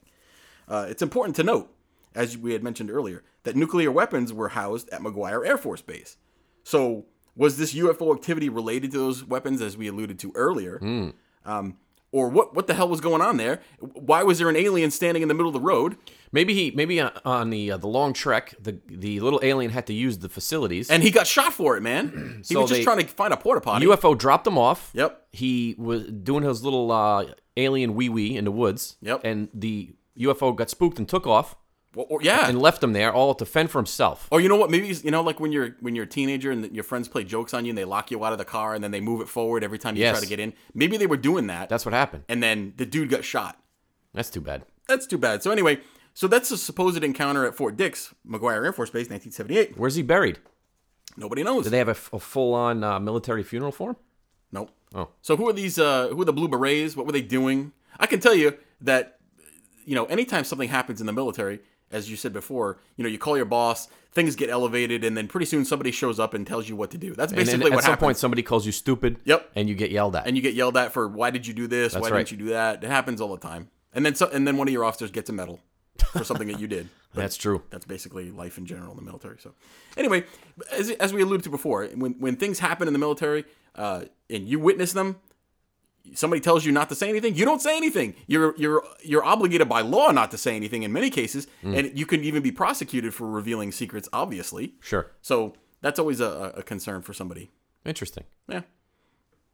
[SPEAKER 2] Uh, it's important to note, as we had mentioned earlier, that nuclear weapons were housed at McGuire Air Force Base. So, was this UFO activity related to those weapons, as we alluded to earlier?
[SPEAKER 3] Hmm.
[SPEAKER 2] Um, or what, what the hell was going on there? Why was there an alien standing in the middle of the road?
[SPEAKER 3] Maybe he maybe on- on the uh, the long trek, the the little alien had to use the facilities.
[SPEAKER 2] And he got shot for it, man. He
[SPEAKER 3] So
[SPEAKER 2] was just
[SPEAKER 3] they-
[SPEAKER 2] trying to find a porta potty.
[SPEAKER 3] UFO dropped him off.
[SPEAKER 2] Yep.
[SPEAKER 3] He was doing his little uh, alien wee wee in the woods.
[SPEAKER 2] Yep.
[SPEAKER 3] And the UFO got spooked and took off
[SPEAKER 2] Or- or- yeah.
[SPEAKER 3] and left him there, all to fend for himself.
[SPEAKER 2] Or you know what? Maybe you know, like when you're when you're a teenager and your friends play jokes on you and they lock you out of the car and then they move it forward every time you
[SPEAKER 3] Yes.
[SPEAKER 2] try to get in. Maybe they were doing that,
[SPEAKER 3] That's what happened.
[SPEAKER 2] and then the dude got shot.
[SPEAKER 3] That's too bad.
[SPEAKER 2] That's too bad. So anyway, so that's a supposed encounter at Fort Dix, McGuire Air Force Base, 1978.
[SPEAKER 3] Where's he buried?
[SPEAKER 2] Nobody knows.
[SPEAKER 3] Do they have a, f- a full on uh, military funeral for him?
[SPEAKER 2] Nope.
[SPEAKER 3] Oh.
[SPEAKER 2] So who are these? Uh, who are the Blue Berets? What were they doing? I can tell you that, you know, anytime something happens in the military, as you said before, you know, you call your boss, things get elevated, and then pretty soon somebody shows up and tells you what to do. That's
[SPEAKER 3] And
[SPEAKER 2] basically
[SPEAKER 3] then
[SPEAKER 2] what
[SPEAKER 3] at some
[SPEAKER 2] happens.
[SPEAKER 3] point, somebody calls you stupid.
[SPEAKER 2] Yep.
[SPEAKER 3] And you get yelled at.
[SPEAKER 2] and you get yelled at for why did you do this? why
[SPEAKER 3] right.
[SPEAKER 2] didn't you do that? It happens all the time. And then so, and then one of your officers gets a medal for something that you did.
[SPEAKER 3] That's true.
[SPEAKER 2] that's basically life in general in the military. So, anyway, as, as we alluded to before, when when things happen in the military uh, and you witness them, somebody tells you not to say anything, you don't say anything. You're you're you're obligated by law not to say anything in many cases, and you can even be prosecuted for revealing secrets. Obviously,
[SPEAKER 3] Sure.
[SPEAKER 2] so that's always a, a- a concern for somebody.
[SPEAKER 3] Interesting.
[SPEAKER 2] Yeah.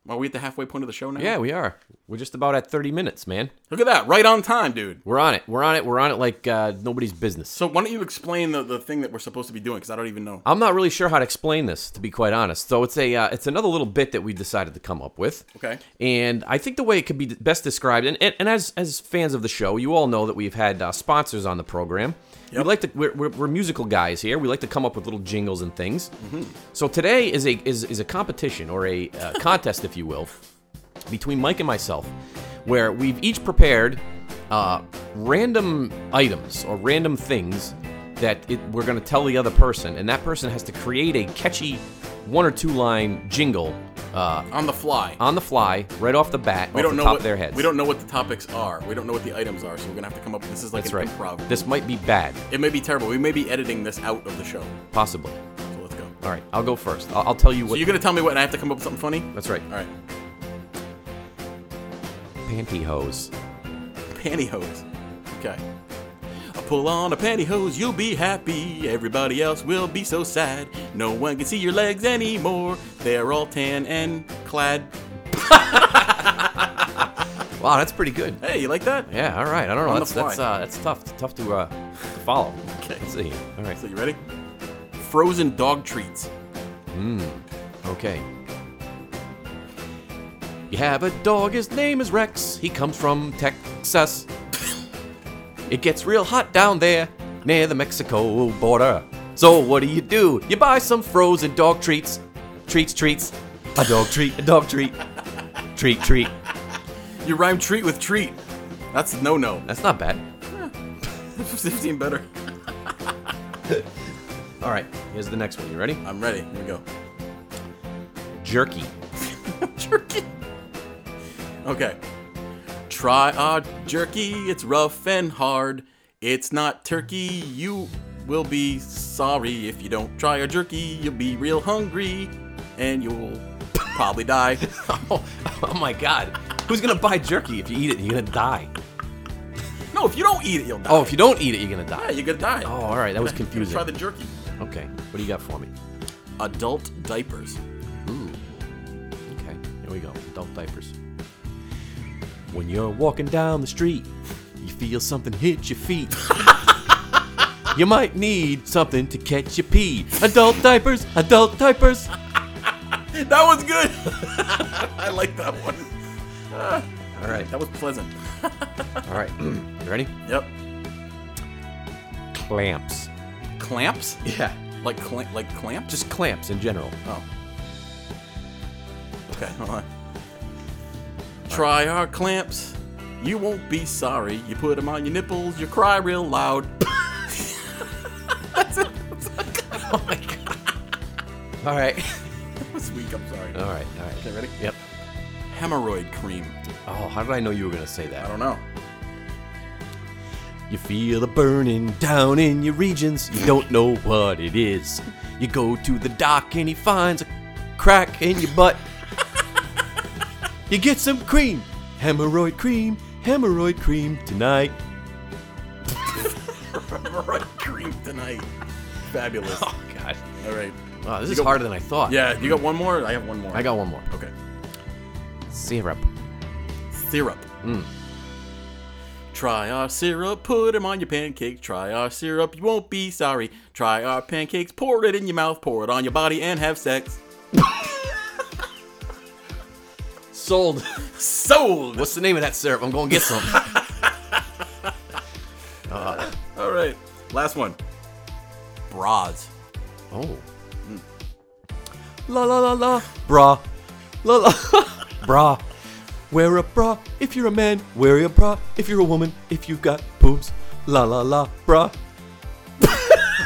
[SPEAKER 2] Are we at the halfway point of the show now?
[SPEAKER 3] Yeah, we are. We're just about at 30 minutes, man.
[SPEAKER 2] Look at that, right on time, dude.
[SPEAKER 3] We're on it. We're on it. We're on it like uh, nobody's business.
[SPEAKER 2] So why don't you explain the, the thing that we're supposed to be doing? Because I don't even know.
[SPEAKER 3] I'm not really sure how to explain this, to be quite honest. So it's a uh, it's another little bit that we decided to come up with.
[SPEAKER 2] Okay.
[SPEAKER 3] And I think the way it could be best described, and, and, and as as fans of the show, you all know that we've had uh, sponsors on the program. We like to we're, we're, we're musical guys here. We like to come up with little jingles and things. So today is a is, is a competition or a uh, contest, if you will, between Mike and myself, where we've each prepared uh, random items or random things that it, we're going to tell the other person, and that person has to create a catchy one or two line jingle uh,
[SPEAKER 2] On the fly.
[SPEAKER 3] on the fly, right off the bat,
[SPEAKER 2] we
[SPEAKER 3] off
[SPEAKER 2] don't
[SPEAKER 3] the
[SPEAKER 2] know
[SPEAKER 3] top
[SPEAKER 2] what
[SPEAKER 3] of their heads.
[SPEAKER 2] We don't know what the topics are. We don't know what the items are, so we're gonna have to come up with this is like
[SPEAKER 3] That's
[SPEAKER 2] an
[SPEAKER 3] right.
[SPEAKER 2] improv.
[SPEAKER 3] This might be bad,
[SPEAKER 2] it may be terrible. We may be editing this out of the show.
[SPEAKER 3] possibly.
[SPEAKER 2] So let's go.
[SPEAKER 3] All right, I'll go first. I'll, I'll tell you
[SPEAKER 2] So
[SPEAKER 3] what.
[SPEAKER 2] you're gonna tell me what and I have to come up with something funny?
[SPEAKER 3] that's right.
[SPEAKER 2] Alright.
[SPEAKER 3] Pantyhose.
[SPEAKER 2] Pantyhose. Okay. I pull on a pantyhose, you'll be happy. Everybody else will be so sad. No one can see your legs anymore. They're all tan and clad.
[SPEAKER 3] Wow, that's pretty good.
[SPEAKER 2] Hey, you like that?
[SPEAKER 3] Yeah. All right. I don't know.
[SPEAKER 2] On the
[SPEAKER 3] that's that's
[SPEAKER 2] fly.
[SPEAKER 3] uh, that's tough. It's tough to uh to follow.
[SPEAKER 2] Okay.
[SPEAKER 3] Let's see. All right.
[SPEAKER 2] So you ready? Frozen dog treats.
[SPEAKER 3] Okay. You have a dog, his name is Rex. He comes from Texas. It gets real hot down there near the Mexico border. So what do you do? You buy some frozen dog treats. Treats, treats. A dog treat, a dog treat. Treat, treat.
[SPEAKER 2] You rhyme treat with treat. That's no no.
[SPEAKER 3] That's not bad.
[SPEAKER 2] Fifteen better.
[SPEAKER 3] All right, here's the next one. You ready?
[SPEAKER 2] I'm ready. Here we go.
[SPEAKER 3] Jerky.
[SPEAKER 2] jerky. Okay. Try our jerky. It's rough and hard. It's not turkey. You will be sorry if you don't try our jerky. You'll be real hungry, and you'll probably die.
[SPEAKER 3] Oh, oh my God. Who's gonna buy jerky if you eat it? You're gonna die.
[SPEAKER 2] No, if you don't eat it, you'll die.
[SPEAKER 3] Oh, if you don't eat it, you're gonna die.
[SPEAKER 2] yeah, you're gonna die.
[SPEAKER 3] Oh, all right, that was
[SPEAKER 2] Try
[SPEAKER 3] confusing.
[SPEAKER 2] the jerky.
[SPEAKER 3] Okay, what do you got for me?
[SPEAKER 2] Adult diapers.
[SPEAKER 3] Okay, here we go. Adult diapers. When you're walking down the street, you feel something hit your feet. you might need something to catch your pee. Adult diapers, adult diapers.
[SPEAKER 2] That was good. I like that one.
[SPEAKER 3] All right,
[SPEAKER 2] That was pleasant.
[SPEAKER 3] all right. You ready?
[SPEAKER 2] Yep.
[SPEAKER 3] Clamps.
[SPEAKER 2] Clamps?
[SPEAKER 3] Yeah,
[SPEAKER 2] Like cl- like clamps?
[SPEAKER 3] just clamps in general.
[SPEAKER 2] Oh. Okay, hold on. Try our clamps. You won't be sorry. You put them on your nipples, you cry real loud.
[SPEAKER 3] Oh All right.
[SPEAKER 2] That was weak, I'm sorry.
[SPEAKER 3] All right, all right.
[SPEAKER 2] Okay, ready?
[SPEAKER 3] Yep.
[SPEAKER 2] Uh, Hemorrhoid cream.
[SPEAKER 3] Oh, how did I know you were gonna say
[SPEAKER 2] I
[SPEAKER 3] that?
[SPEAKER 2] don't know.
[SPEAKER 3] You feel a burning down in your regions. You don't know what it is. You go to the doc and he finds a crack in your butt. you get some cream, hemorrhoid cream, hemorrhoid cream tonight.
[SPEAKER 2] Hemorrhoid cream tonight. Fabulous. All
[SPEAKER 3] Oh God!
[SPEAKER 2] right.
[SPEAKER 3] Wow, this
[SPEAKER 2] You
[SPEAKER 3] is
[SPEAKER 2] got-
[SPEAKER 3] harder than I thought.
[SPEAKER 2] Yeah, you got one more? I have one more.
[SPEAKER 3] I got one more.
[SPEAKER 2] Okay.
[SPEAKER 3] Syrup.
[SPEAKER 2] Syrup. Try our syrup, put 'em on your pancakes. Try our syrup, you won't be sorry. Try our pancakes, pour it in your mouth, pour it on your body, and have sex.
[SPEAKER 3] Sold.
[SPEAKER 2] Sold!
[SPEAKER 3] What's the name of that syrup? I'm gonna get some.
[SPEAKER 2] All right, last one. Bras.
[SPEAKER 3] oh. La la la la. Bra. La la. bra. Wear a bra if you're a man. Wear a bra if you're a woman. If you've got boobs. La la la. Bra.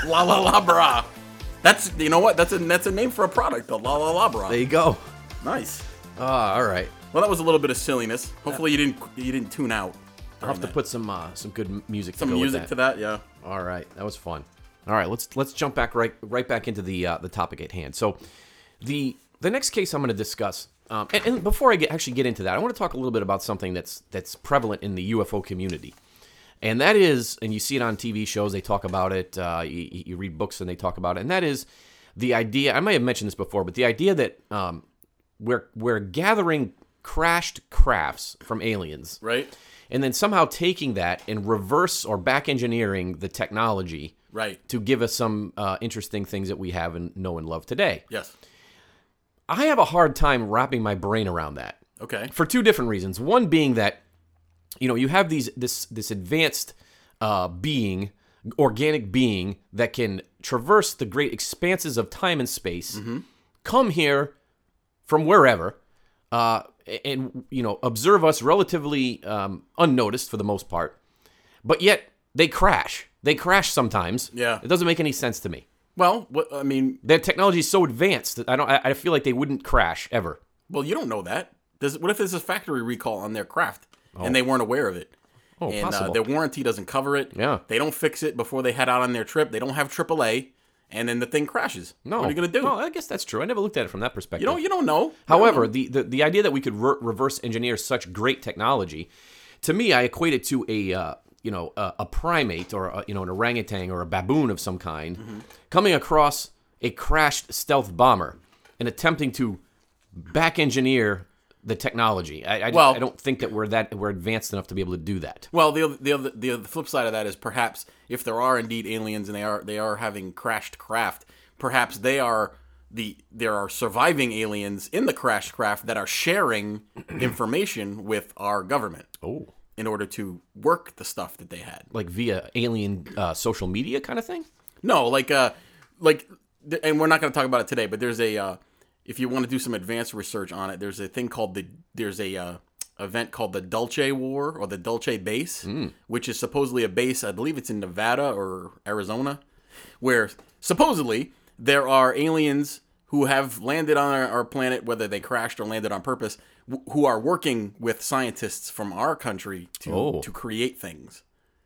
[SPEAKER 2] La la la bra. That's you know what? That's a that's a name for a product. The la la la bra.
[SPEAKER 3] There you go.
[SPEAKER 2] Nice.
[SPEAKER 3] Ah, all right.
[SPEAKER 2] Well, that was a little bit of silliness. Hopefully you didn't you didn't tune out.
[SPEAKER 3] I'll have to put some uh, some good m- music.
[SPEAKER 2] some
[SPEAKER 3] to go
[SPEAKER 2] music
[SPEAKER 3] with
[SPEAKER 2] to
[SPEAKER 3] that.
[SPEAKER 2] that. Yeah.
[SPEAKER 3] All right, that was fun. All right, let's let's jump back right right back into the uh, the topic at hand. So, the the next case I'm going to discuss, um, and, and before I get, actually get into that, I want to talk a little bit about something that's that's prevalent in the UFO community, and that is, and you see it on TV shows, they talk about it. Uh, you, you you read books and they talk about it, and that is the idea. I may have mentioned this before, but the idea that um, we're we're gathering crashed crafts from aliens,
[SPEAKER 2] Right.
[SPEAKER 3] and then somehow taking that and reverse or back engineering the technology
[SPEAKER 2] Right.
[SPEAKER 3] to give us some uh, interesting things that we have and know and love today.
[SPEAKER 2] Yes.
[SPEAKER 3] I have a hard time wrapping my brain around that
[SPEAKER 2] Okay.
[SPEAKER 3] for two different reasons. One being that you know you have these this this advanced uh, being, organic being that can traverse the great expanses of time and space,
[SPEAKER 2] Mm-hmm.
[SPEAKER 3] come here from wherever, uh, a- and you know observe us relatively um, unnoticed for the most part, but yet they crash. They crash sometimes.
[SPEAKER 2] Yeah.
[SPEAKER 3] it doesn't make any sense to me.
[SPEAKER 2] Well, what I mean,
[SPEAKER 3] Their technology is so advanced that I don't. I, I feel like they wouldn't crash ever.
[SPEAKER 2] Well, you don't know that. Does what if there's a factory recall on their craft and they weren't aware of it? Oh, and
[SPEAKER 3] possible.
[SPEAKER 2] their warranty doesn't cover it.
[SPEAKER 3] Yeah.
[SPEAKER 2] They don't fix it before they head out on their trip. They don't have AAA, and then the thing crashes.
[SPEAKER 3] No,
[SPEAKER 2] What are you gonna do?
[SPEAKER 3] No, I guess that's true. I never looked at it from that perspective.
[SPEAKER 2] you don't. You don't know.
[SPEAKER 3] However, the, the, the idea that we could re- reverse engineer such great technology, to me, I equate it to a uh, you know a, a primate or a, you know an orangutan or a baboon of some kind
[SPEAKER 2] Mm-hmm.
[SPEAKER 3] coming across a crashed stealth bomber and attempting to back engineer the technology. I, I,
[SPEAKER 2] Well-
[SPEAKER 3] I don't think that we're that we're advanced enough to be able to do that.
[SPEAKER 2] Well, the other, the other, the other flip side of that is perhaps if there are indeed aliens and they are they are having crashed craft, perhaps they are the there are surviving aliens in the crashed craft that are sharing information with our government.
[SPEAKER 3] Oh,
[SPEAKER 2] in order to work the stuff that they had.
[SPEAKER 3] like via alien uh, social media kind of thing.
[SPEAKER 2] No, like uh, like, th- and we're not going to talk about it today. But there's a uh, if you want to do some advanced research on it, there's a thing called the there's a uh, event called the Dulce War or the Dulce Base,
[SPEAKER 3] Hmm.
[SPEAKER 2] which is supposedly a base. I believe it's in Nevada or Arizona, where supposedly there are aliens who have landed on our, our planet, whether they crashed or landed on purpose, w- who are working with scientists from our country to
[SPEAKER 3] Oh.
[SPEAKER 2] to create things.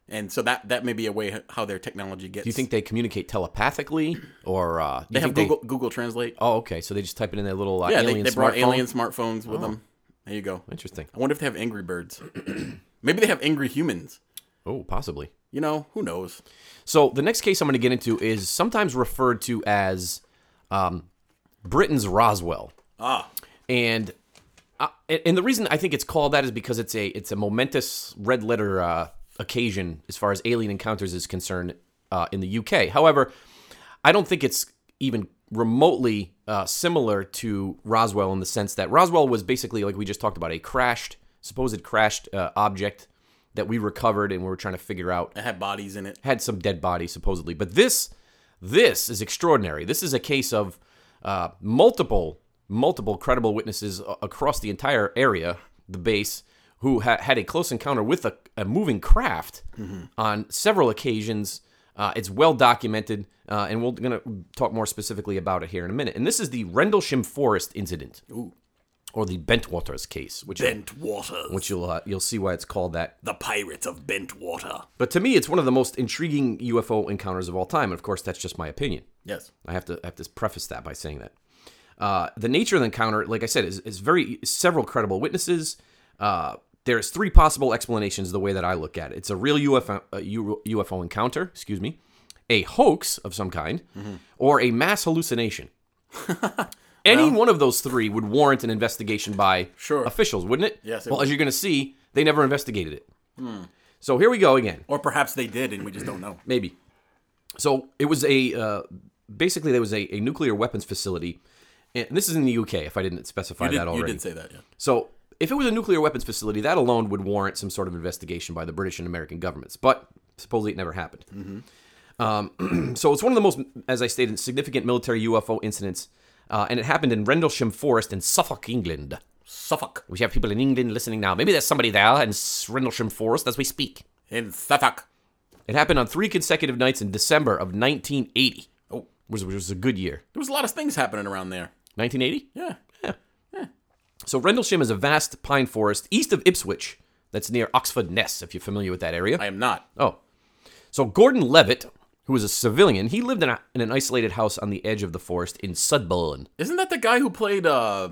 [SPEAKER 2] And so that, that may be a way h- how their technology gets.
[SPEAKER 3] Do you think they communicate telepathically, or uh, do you
[SPEAKER 2] They have
[SPEAKER 3] think they-
[SPEAKER 2] Google, Google Translate.
[SPEAKER 3] oh, okay. So they just type it in their little uh,
[SPEAKER 2] yeah, they,
[SPEAKER 3] alien
[SPEAKER 2] they brought
[SPEAKER 3] smartphone?
[SPEAKER 2] alien Oh. smartphones with them. There you go.
[SPEAKER 3] Interesting.
[SPEAKER 2] I wonder if they have angry birds. Maybe they have angry humans.
[SPEAKER 3] Oh, possibly.
[SPEAKER 2] You know, who knows?
[SPEAKER 3] So the next case I'm going to get into is sometimes referred to as um, Britain's Roswell.
[SPEAKER 2] Ah,
[SPEAKER 3] and uh, and and the reason I think it's called that is because it's a it's a momentous red letter uh, occasion as far as alien encounters is concerned uh, in the UK. However, I don't think it's even remotely uh, similar to Roswell in the sense that Roswell was basically like we just talked about a crashed supposed crashed uh, object that we recovered and we were trying to figure out
[SPEAKER 2] it had bodies in it.
[SPEAKER 3] had some dead bodies supposedly. But this this is extraordinary. This is a case of uh, multiple multiple credible witnesses a- across the entire area, the base, who ha- had a close encounter with a, a moving craft on several occasions. Uh, it's well documented, uh, and we're going to talk more specifically about it here in a minute. And this is the Rendlesham Forest incident, or the Bentwaters case, which
[SPEAKER 2] Bent Waters.
[SPEAKER 3] which you'll uh, you'll see why it's called that
[SPEAKER 2] the pirates of Bent Water.
[SPEAKER 3] but to me, it's one of the most intriguing UFO encounters of all time. And of course, that's just my opinion.
[SPEAKER 2] Yes.
[SPEAKER 3] I have to I have to preface that by saying that uh, the nature of the encounter, like I said, is, is very several credible witnesses. Uh, there's three possible explanations the way that I look at it. It's a real UFO uh, U- UFO encounter, excuse me, a hoax of some kind,
[SPEAKER 2] Mm-hmm.
[SPEAKER 3] or a mass hallucination. Any one of those three would warrant an investigation by
[SPEAKER 2] Sure.
[SPEAKER 3] officials, wouldn't it?
[SPEAKER 2] Yes, it
[SPEAKER 3] well,
[SPEAKER 2] would. Hmm.
[SPEAKER 3] as you're going to see, they never investigated it. So here we go again
[SPEAKER 2] Or perhaps they did and we just don't know.
[SPEAKER 3] maybe. So it was a uh, basically there was a, a nuclear weapons facility, and this is in the UK. If I didn't specify
[SPEAKER 2] You did,
[SPEAKER 3] that
[SPEAKER 2] you
[SPEAKER 3] already,
[SPEAKER 2] did say that, yeah.
[SPEAKER 3] so if it was a nuclear weapons facility, that alone would warrant some sort of investigation by the British and American governments. But supposedly it never happened.
[SPEAKER 2] Mm-hmm.
[SPEAKER 3] Um, so it's one of the most, as I stated, significant military UFO incidents, uh, and it happened in Rendlesham Forest in Suffolk, England.
[SPEAKER 2] Suffolk.
[SPEAKER 3] We have people in England listening now. Maybe there's somebody there in Rendlesham Forest as we speak.
[SPEAKER 2] In Suffolk.
[SPEAKER 3] It happened on three consecutive nights in December of 1980. Oh, which was a good year.
[SPEAKER 2] There was a lot of things happening around there.
[SPEAKER 3] 1980.
[SPEAKER 2] Yeah.
[SPEAKER 3] So Rendlesham is a vast pine forest east of Ipswich. That's near Oxford Ness, if you're familiar with that area.
[SPEAKER 2] I am not.
[SPEAKER 3] Oh. So Gordon Levitt, who was a civilian, he lived in, a, in an isolated house on the edge of the forest in Sudbury.
[SPEAKER 2] Isn't that the guy who played uh,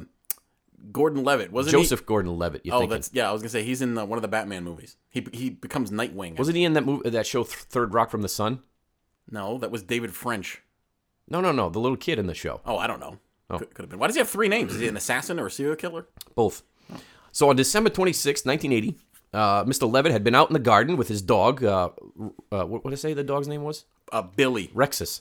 [SPEAKER 2] Gordon Levitt? Wasn't he-
[SPEAKER 3] Joseph Gordon Levitt, you
[SPEAKER 2] Oh,
[SPEAKER 3] think?
[SPEAKER 2] that's yeah. I was gonna say he's in uh one of the Batman movies. He he becomes Nightwing.
[SPEAKER 3] Wasn't he in that movie, that show Th- Third Rock from the Sun?
[SPEAKER 2] No, that was David French.
[SPEAKER 3] No, no, no, the little kid in the show.
[SPEAKER 2] Oh, I don't know. Could, could have been. Why does he have three names? Is he an assassin or a serial killer?
[SPEAKER 3] Both. So on December 26, 1980, uh, Mr. Levitt had been out in the garden with his dog. Uh, uh, what did I say the dog's name was?
[SPEAKER 2] Uh, Billy.
[SPEAKER 3] Rexus.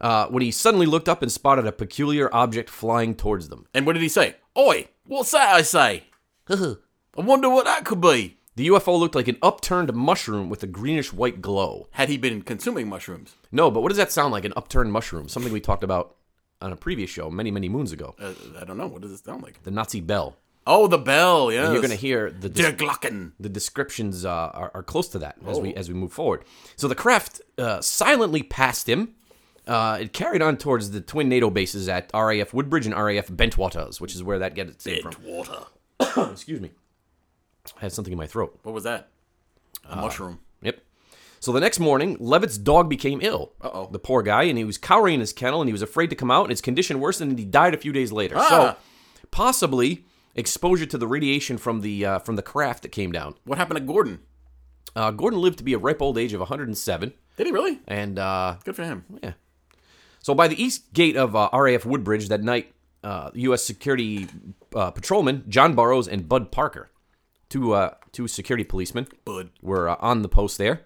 [SPEAKER 3] Uh, when he suddenly looked up and spotted a peculiar object flying towards them.
[SPEAKER 2] And what did he say? Oi, what's that? I say. I wonder what that could be.
[SPEAKER 3] The UFO looked like an upturned mushroom with a greenish white glow.
[SPEAKER 2] Had he been consuming mushrooms?
[SPEAKER 3] No, but what does that sound like? An upturned mushroom? Something we talked about on a previous show many, many moons ago.
[SPEAKER 2] Uh, I don't know. What does it sound like?
[SPEAKER 3] The Nazi bell.
[SPEAKER 2] Oh, the bell. Yeah.
[SPEAKER 3] You're going to hear the
[SPEAKER 2] Der Glocken.
[SPEAKER 3] the descriptions uh, are, are close to that as we as we move forward. So the craft uh, silently passed him. Uh, it carried on towards the twin NATO bases at RAF Woodbridge and RAF Bentwaters, which is where that gets its name from.
[SPEAKER 2] Water.
[SPEAKER 3] Excuse me, I had something in my throat.
[SPEAKER 2] What was that?
[SPEAKER 3] Uh,
[SPEAKER 2] A mushroom.
[SPEAKER 3] Yep. So the next morning, Levitt's dog became ill. Uh
[SPEAKER 2] Uh-oh.
[SPEAKER 3] The poor guy, and he was cowering in his kennel, and he was afraid to come out, and his condition worsened, and he died a few days later.
[SPEAKER 2] Ah.
[SPEAKER 3] So possibly exposure to the radiation from the uh, from the craft that came down.
[SPEAKER 2] What happened to Gordon?
[SPEAKER 3] Uh, Gordon lived to be a ripe old age of 107.
[SPEAKER 2] Did he really?
[SPEAKER 3] And uh,
[SPEAKER 2] Good for him.
[SPEAKER 3] yeah. So by the east gate of uh, RAF Woodbridge that night, uh, U.S. security uh, patrolmen John Burroughs and Bud Parker, two uh, two security policemen,
[SPEAKER 2] Bud.
[SPEAKER 3] were uh, on the post there,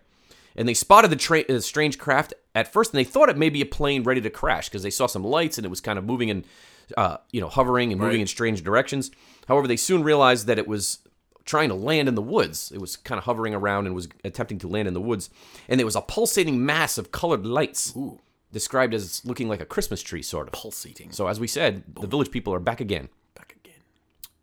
[SPEAKER 3] and they spotted the tra- uh, strange craft at first, and they thought it may be a plane ready to crash because they saw some lights and it was kind of moving and uh, you know hovering and moving
[SPEAKER 2] Right.
[SPEAKER 3] in strange directions. However, they soon realized that it was trying to land in the woods. It was kind of hovering around and was attempting to land in the woods. And there was a pulsating mass of colored lights, described as looking like a Christmas tree, sort of.
[SPEAKER 2] Pulsating.
[SPEAKER 3] So, as we said, the village people are back again.
[SPEAKER 2] Back again.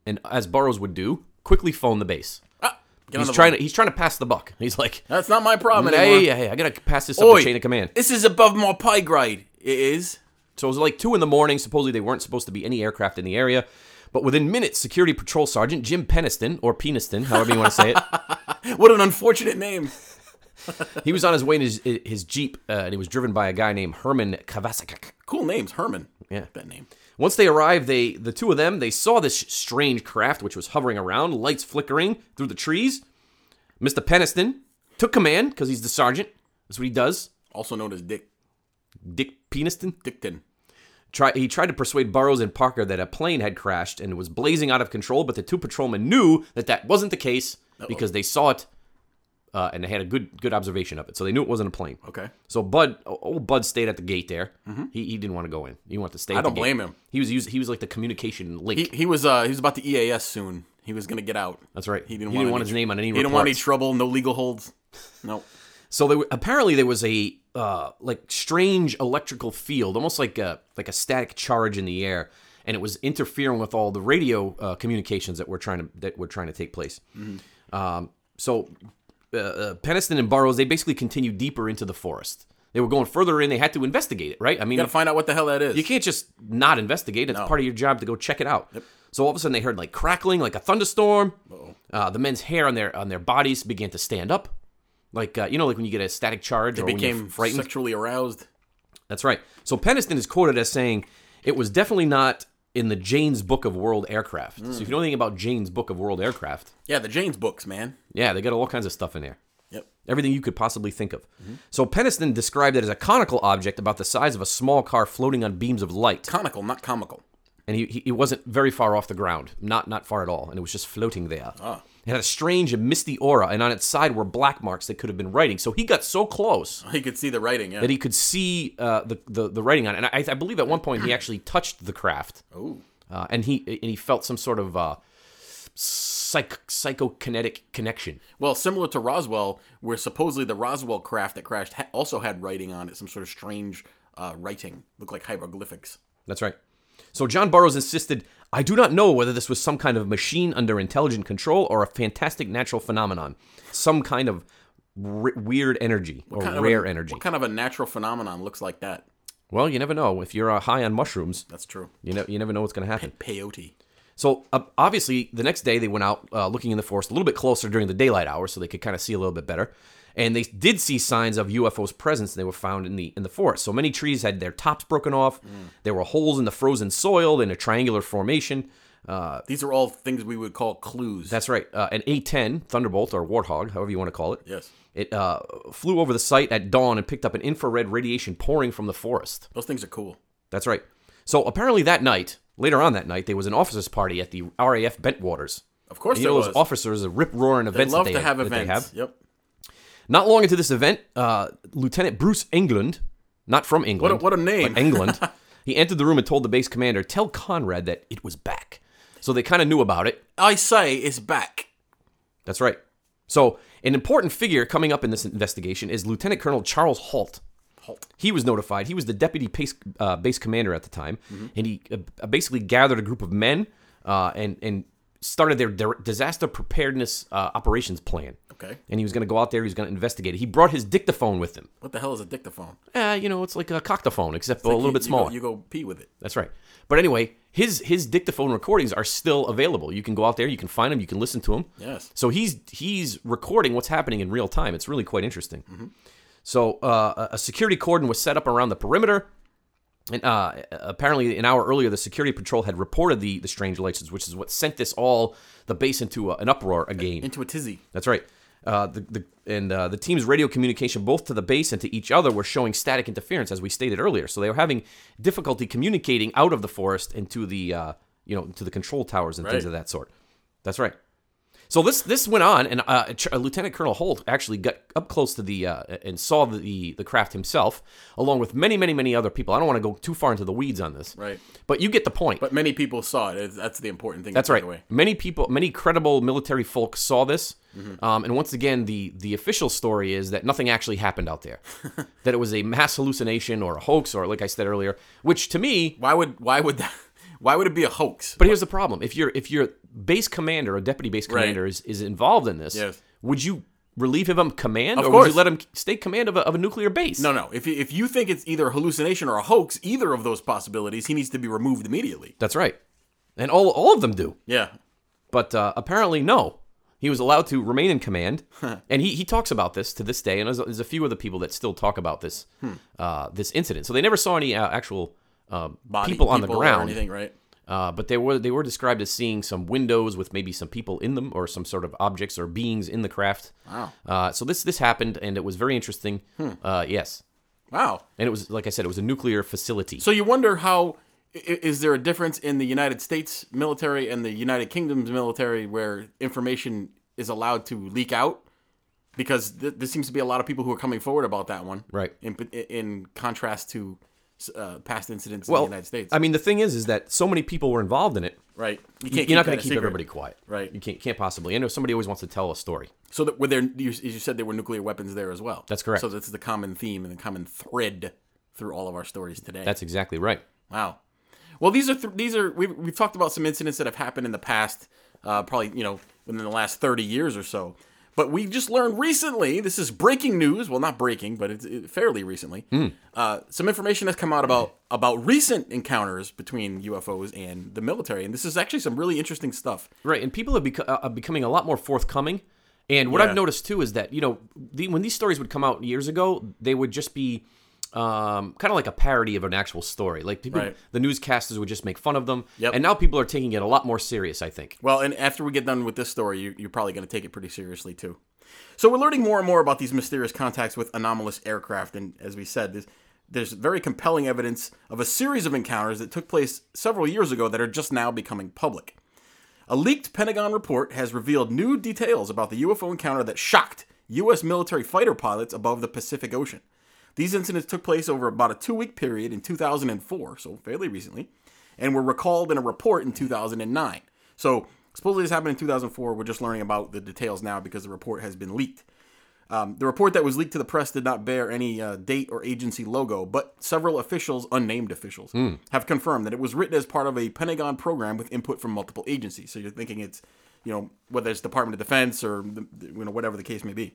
[SPEAKER 3] And as Burrows would do, quickly phone the base.
[SPEAKER 2] Ah, get on
[SPEAKER 3] He's
[SPEAKER 2] the
[SPEAKER 3] trying
[SPEAKER 2] phone.
[SPEAKER 3] to he's trying to pass the buck. He's like,
[SPEAKER 2] That's not my problem anymore.
[SPEAKER 3] hey, hey, hey, I gotta pass this up
[SPEAKER 2] Oi,
[SPEAKER 3] the chain of command.
[SPEAKER 2] This is above my pie grade. It is.
[SPEAKER 3] So it was like two in the morning. Supposedly there weren't supposed to be any aircraft in the area. But within minutes, Security Patrol Sergeant Jim Peniston, or Peniston, however you want to say it,
[SPEAKER 2] What an unfortunate name.
[SPEAKER 3] he was on his way in his, his Jeep uh, and he was driven by a guy named Herman Kavasik.
[SPEAKER 2] Cool names. Herman.
[SPEAKER 3] Yeah.
[SPEAKER 2] That name.
[SPEAKER 3] Once they arrived, they the two of them they saw this strange craft which was hovering around, lights flickering through the trees. Mister Peniston took command because he's the sergeant. That's what he does.
[SPEAKER 2] Also known as Dick
[SPEAKER 3] Dick Peniston.
[SPEAKER 2] Dickton.
[SPEAKER 3] Try, he tried to persuade Burroughs and Parker that a plane had crashed and it was blazing out of control, but the two patrolmen knew that that wasn't the case because they saw it uh, and they had a good good observation of it, so they knew it wasn't a plane.
[SPEAKER 2] Okay. Mm-hmm.
[SPEAKER 3] So Bud, old Bud, stayed at the gate there. He, he didn't want to go in. He wanted to stay. I
[SPEAKER 2] don't blame him.
[SPEAKER 3] He was used, he was like the communication link.
[SPEAKER 2] He, he was uh he was about to EAS soon. He was gonna get out.
[SPEAKER 3] That's right.
[SPEAKER 2] He didn't,
[SPEAKER 3] he
[SPEAKER 2] want,
[SPEAKER 3] didn't want his
[SPEAKER 2] any tr-
[SPEAKER 3] name on any.
[SPEAKER 2] He didn't want any
[SPEAKER 3] reports.
[SPEAKER 2] trouble. No legal holds. No.
[SPEAKER 3] So there, were- apparently there was a uh, like strange electrical field, almost like a like a static charge in the air, and it was interfering with all the radio uh, communications that were trying to that were trying to take place. Um, so uh, uh, Peniston and Burroughs they basically continued deeper into the forest. They were going further in. They had to investigate it, right? I mean,
[SPEAKER 2] Gotta find out what the hell that is.
[SPEAKER 3] you can't just not investigate. It's part of your job to go check it out. So all of a sudden, they heard like crackling, like a thunderstorm. Uh, the men's hair on their on their bodies began to stand up, like uh, you know, like when you get a static charge or when you're
[SPEAKER 2] became
[SPEAKER 3] frightened.
[SPEAKER 2] sexually aroused.
[SPEAKER 3] That's right. So Peniston is quoted as saying, "It was definitely not in the Jane's Book of World Aircraft." So if you know anything about Jane's Book of World Aircraft,
[SPEAKER 2] Yeah, the Jane's books, man.
[SPEAKER 3] yeah, they got all kinds of stuff in there.
[SPEAKER 2] Yep.
[SPEAKER 3] Everything you could possibly think of. So Peniston described it as a conical object about the size of a small car floating on beams of light.
[SPEAKER 2] Conical, not comical.
[SPEAKER 3] and he, he it wasn't very far off the ground, not not far at all, and it was just floating there. It had a strange and misty aura, and on its side were black marks that could have been writing. So he got so close
[SPEAKER 2] You could see the writing, yeah.
[SPEAKER 3] that he could see uh, the, the the writing on it. And I, I believe at one point he actually touched the craft,
[SPEAKER 2] Ooh.
[SPEAKER 3] uh, and he and he felt some sort of uh, psych, psychokinetic connection.
[SPEAKER 2] Well, similar to Roswell, where supposedly the Roswell craft that crashed ha- also had writing on it, some sort of strange uh, writing, looked like hieroglyphics.
[SPEAKER 3] That's right. So John Burroughs insisted, I do not know whether this was some kind of machine under intelligent control or a fantastic natural phenomenon, some kind of r- weird energy or
[SPEAKER 2] Kind of
[SPEAKER 3] rare
[SPEAKER 2] a-
[SPEAKER 3] energy.
[SPEAKER 2] What kind of a natural phenomenon looks like that?
[SPEAKER 3] Well, you never know. If you're uh, high on mushrooms,
[SPEAKER 2] That's true.
[SPEAKER 3] you know you never know what's going to happen.
[SPEAKER 2] Peyote.
[SPEAKER 3] So uh, obviously, the next day they went out uh, looking in the forest a little bit closer during the daylight hours, so they could kind of see a little bit better. And they did see signs of UFO's presence. They were found in the in the forest. So many trees had their tops broken off.
[SPEAKER 2] Mm.
[SPEAKER 3] There were holes in the frozen soil in a triangular formation. Uh,
[SPEAKER 2] These are all things we would call clues.
[SPEAKER 3] That's right. Uh, an A10 Thunderbolt or Warthog, however you want to call it.
[SPEAKER 2] yes.
[SPEAKER 3] It uh, flew over the site at dawn and picked up an infrared radiation pouring from the forest.
[SPEAKER 2] Those things are cool.
[SPEAKER 3] That's right. So apparently that night, later on that night, there was an officers' party at the RAF Bentwaters.
[SPEAKER 2] Of course,
[SPEAKER 3] You
[SPEAKER 2] there
[SPEAKER 3] know
[SPEAKER 2] was.
[SPEAKER 3] those officers, the rip roaring
[SPEAKER 2] they
[SPEAKER 3] events
[SPEAKER 2] love
[SPEAKER 3] that they
[SPEAKER 2] to have
[SPEAKER 3] that they
[SPEAKER 2] events. Yep.
[SPEAKER 3] Not long into this event, uh, Lieutenant Bruce England, not from England,
[SPEAKER 2] What a, what a name.
[SPEAKER 3] but England, he entered the room and told the base commander, "Tell Conrad that it was back." So they kind of knew about it.
[SPEAKER 2] I say is back.
[SPEAKER 3] That's right. So, an important figure coming up in this investigation is Lieutenant Colonel Charles Holt.
[SPEAKER 2] Halt.
[SPEAKER 3] He was notified. He was the deputy base, uh, base commander at the time,
[SPEAKER 2] Mm-hmm.
[SPEAKER 3] and he uh, basically gathered a group of men uh, and and started their dir- disaster preparedness uh, operations plan.
[SPEAKER 2] Okay.
[SPEAKER 3] And he was going to go out there. He was going to investigate it. He brought his dictaphone with him.
[SPEAKER 2] What the hell is a dictaphone?
[SPEAKER 3] Uh, you know, it's like a coctaphone, except a little
[SPEAKER 2] You-
[SPEAKER 3] bit
[SPEAKER 2] you go-
[SPEAKER 3] smaller.
[SPEAKER 2] You go, pee with it.
[SPEAKER 3] That's right. But anyway, his his dictaphone recordings are still available. You can go out there, you can find them, you can listen to them.
[SPEAKER 2] Yes.
[SPEAKER 3] So he's he's recording what's happening in real time. It's really quite interesting. So uh, a a security cordon was set up around the perimeter. And uh, apparently, an hour earlier, the security patrol had reported the, the strange lights, which is what sent this all the base into a, an uproar again.
[SPEAKER 2] Into a tizzy.
[SPEAKER 3] That's right. Uh, the, the and uh, the team's radio communication, both to the base and to each other, were showing static interference, as we stated earlier. So they were having difficulty communicating out of the forest and to the uh, you know to the control towers and things
[SPEAKER 2] Right.
[SPEAKER 3] of that sort. That's right. So this this went on, and uh, Ch- uh, Lieutenant Colonel Holt actually got up close to the uh, and saw the, the the craft himself, along with many many many other people. I don't want to go too far into the weeds on this,
[SPEAKER 2] Right.
[SPEAKER 3] But you get the point.
[SPEAKER 2] But many people saw it. It's- That's the important thing.
[SPEAKER 3] That's
[SPEAKER 2] by
[SPEAKER 3] right.
[SPEAKER 2] the way.
[SPEAKER 3] Many people, many credible military folk saw this. Um, and once again, the the official story is that nothing actually happened out there, that it was a mass hallucination or a hoax or, like I said earlier, which to me.
[SPEAKER 2] Why would why would that why would it be a hoax?
[SPEAKER 3] But here's the problem: if your if your base commander or deputy base commander is, is involved in this,
[SPEAKER 2] Yes.
[SPEAKER 3] would you relieve him of command, or would
[SPEAKER 2] course.
[SPEAKER 3] you let him stay command of a, of a nuclear base?
[SPEAKER 2] no, no. If you- if you think it's either a hallucination or a hoax, either of those possibilities, he needs to be removed immediately.
[SPEAKER 3] that's right, and all all of them do.
[SPEAKER 2] Yeah.
[SPEAKER 3] But uh, apparently, no. He was allowed to remain in command, and he, he talks about this to this day. And there's, there's a few other people that still talk about this
[SPEAKER 2] Hmm.
[SPEAKER 3] uh, this incident. So they never saw any uh, actual uh,
[SPEAKER 2] Body-
[SPEAKER 3] people on the
[SPEAKER 2] or
[SPEAKER 3] ground,
[SPEAKER 2] anything, right?
[SPEAKER 3] uh, but they were they were described as seeing some windows with maybe some people in them or some sort of objects or beings in the craft. Wow! Uh, so this this happened, and it was very interesting.
[SPEAKER 2] Hmm.
[SPEAKER 3] Uh, yes,
[SPEAKER 2] Wow.
[SPEAKER 3] and it was like I said, it was a nuclear facility.
[SPEAKER 2] So you wonder how i- is there a difference in the United States military and the United Kingdom's military where information is allowed to leak out? Because th- there seems to be a lot of people who are coming forward about that one,
[SPEAKER 3] Right.
[SPEAKER 2] In in contrast to uh, past incidents in the United States,
[SPEAKER 3] I mean, the thing is, is that so many people were involved in it.
[SPEAKER 2] right? You
[SPEAKER 3] You're not
[SPEAKER 2] that
[SPEAKER 3] going to
[SPEAKER 2] a
[SPEAKER 3] keep
[SPEAKER 2] secret.
[SPEAKER 3] everybody quiet,
[SPEAKER 2] Right.
[SPEAKER 3] You can't can't possibly. I know somebody always wants to tell a story.
[SPEAKER 2] So that were there? You, you said there were nuclear weapons there as well.
[SPEAKER 3] That's correct.
[SPEAKER 2] So this is the common theme and the common thread through all of our stories today.
[SPEAKER 3] That's exactly right.
[SPEAKER 2] Wow. Well, these are th- these are we've, we've talked about some incidents that have happened in the past, uh, probably you know within the last thirty years or so. But we just learned recently. This is breaking news. Well, not breaking, but it's it, fairly recently. Uh, some information has come out about about recent encounters between UFOs and the military, and this is actually some really interesting stuff.
[SPEAKER 3] Right, and people are, beco- uh, are becoming a lot more forthcoming. And what
[SPEAKER 2] Yeah.
[SPEAKER 3] I've noticed too is that you know the, when these stories would come out years ago, they would just be um, kind of like a parody of an actual story. Like people,
[SPEAKER 2] Right.
[SPEAKER 3] the newscasters would just make fun of them.
[SPEAKER 2] Yep.
[SPEAKER 3] And now people are taking it a lot more serious. I think.
[SPEAKER 2] Well, and after we get done with this story, you, you're probably going to take it pretty seriously too. So we're learning more and more about these mysterious contacts with anomalous aircraft, and as we said, there's, there's very compelling evidence of a series of encounters that took place several years ago that are just now becoming public. A leaked Pentagon report has revealed new details about the UFO encounter that shocked U.S. military fighter pilots above the Pacific Ocean. These incidents took place over about a two week period in 2004, so fairly recently, and were recalled in a report in 2009. So, supposedly this happened in 2004. We're just learning about the details now because the report has been leaked. Um, the report that was leaked to the press did not bear any uh, date or agency logo, but several officials, unnamed officials, have confirmed that it was written as part of a Pentagon program with input from multiple agencies. So you're thinking it's, you know, whether it's Department of Defense or the, you know whatever the case may be.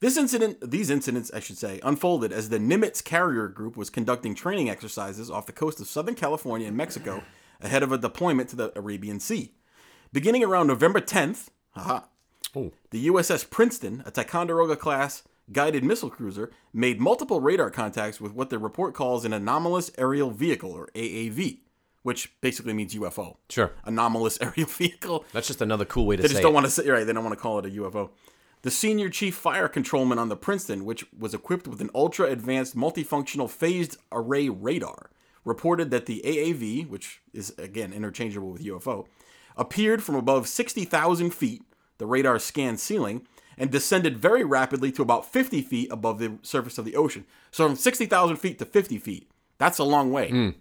[SPEAKER 2] This incident, these incidents, I should say, unfolded as the Nimitz Carrier Group was conducting training exercises off the coast of Southern California and Mexico ahead of a deployment to the Arabian Sea. Beginning around November 10th, haha, the USS Princeton, a Ticonderoga class guided missile cruiser, made multiple radar contacts with what the report calls an anomalous aerial vehicle, or AAV, which basically means UFO.
[SPEAKER 3] Sure.
[SPEAKER 2] Anomalous aerial vehicle.
[SPEAKER 3] That's just another cool way to
[SPEAKER 2] They
[SPEAKER 3] say.
[SPEAKER 2] just
[SPEAKER 3] it.
[SPEAKER 2] don't want to say right. They don't want to call it a UFO. The senior chief fire controlman on the Princeton, which was equipped with an ultra advanced multifunctional phased array radar, reported that the AAV, which is again interchangeable with UFO, appeared from above 60,000 feet, the radar scan ceiling, and descended very rapidly to about 50 feet above the surface of the ocean. So from 60,000 feet to 50 feet, that's a long
[SPEAKER 3] Hmm.
[SPEAKER 2] way.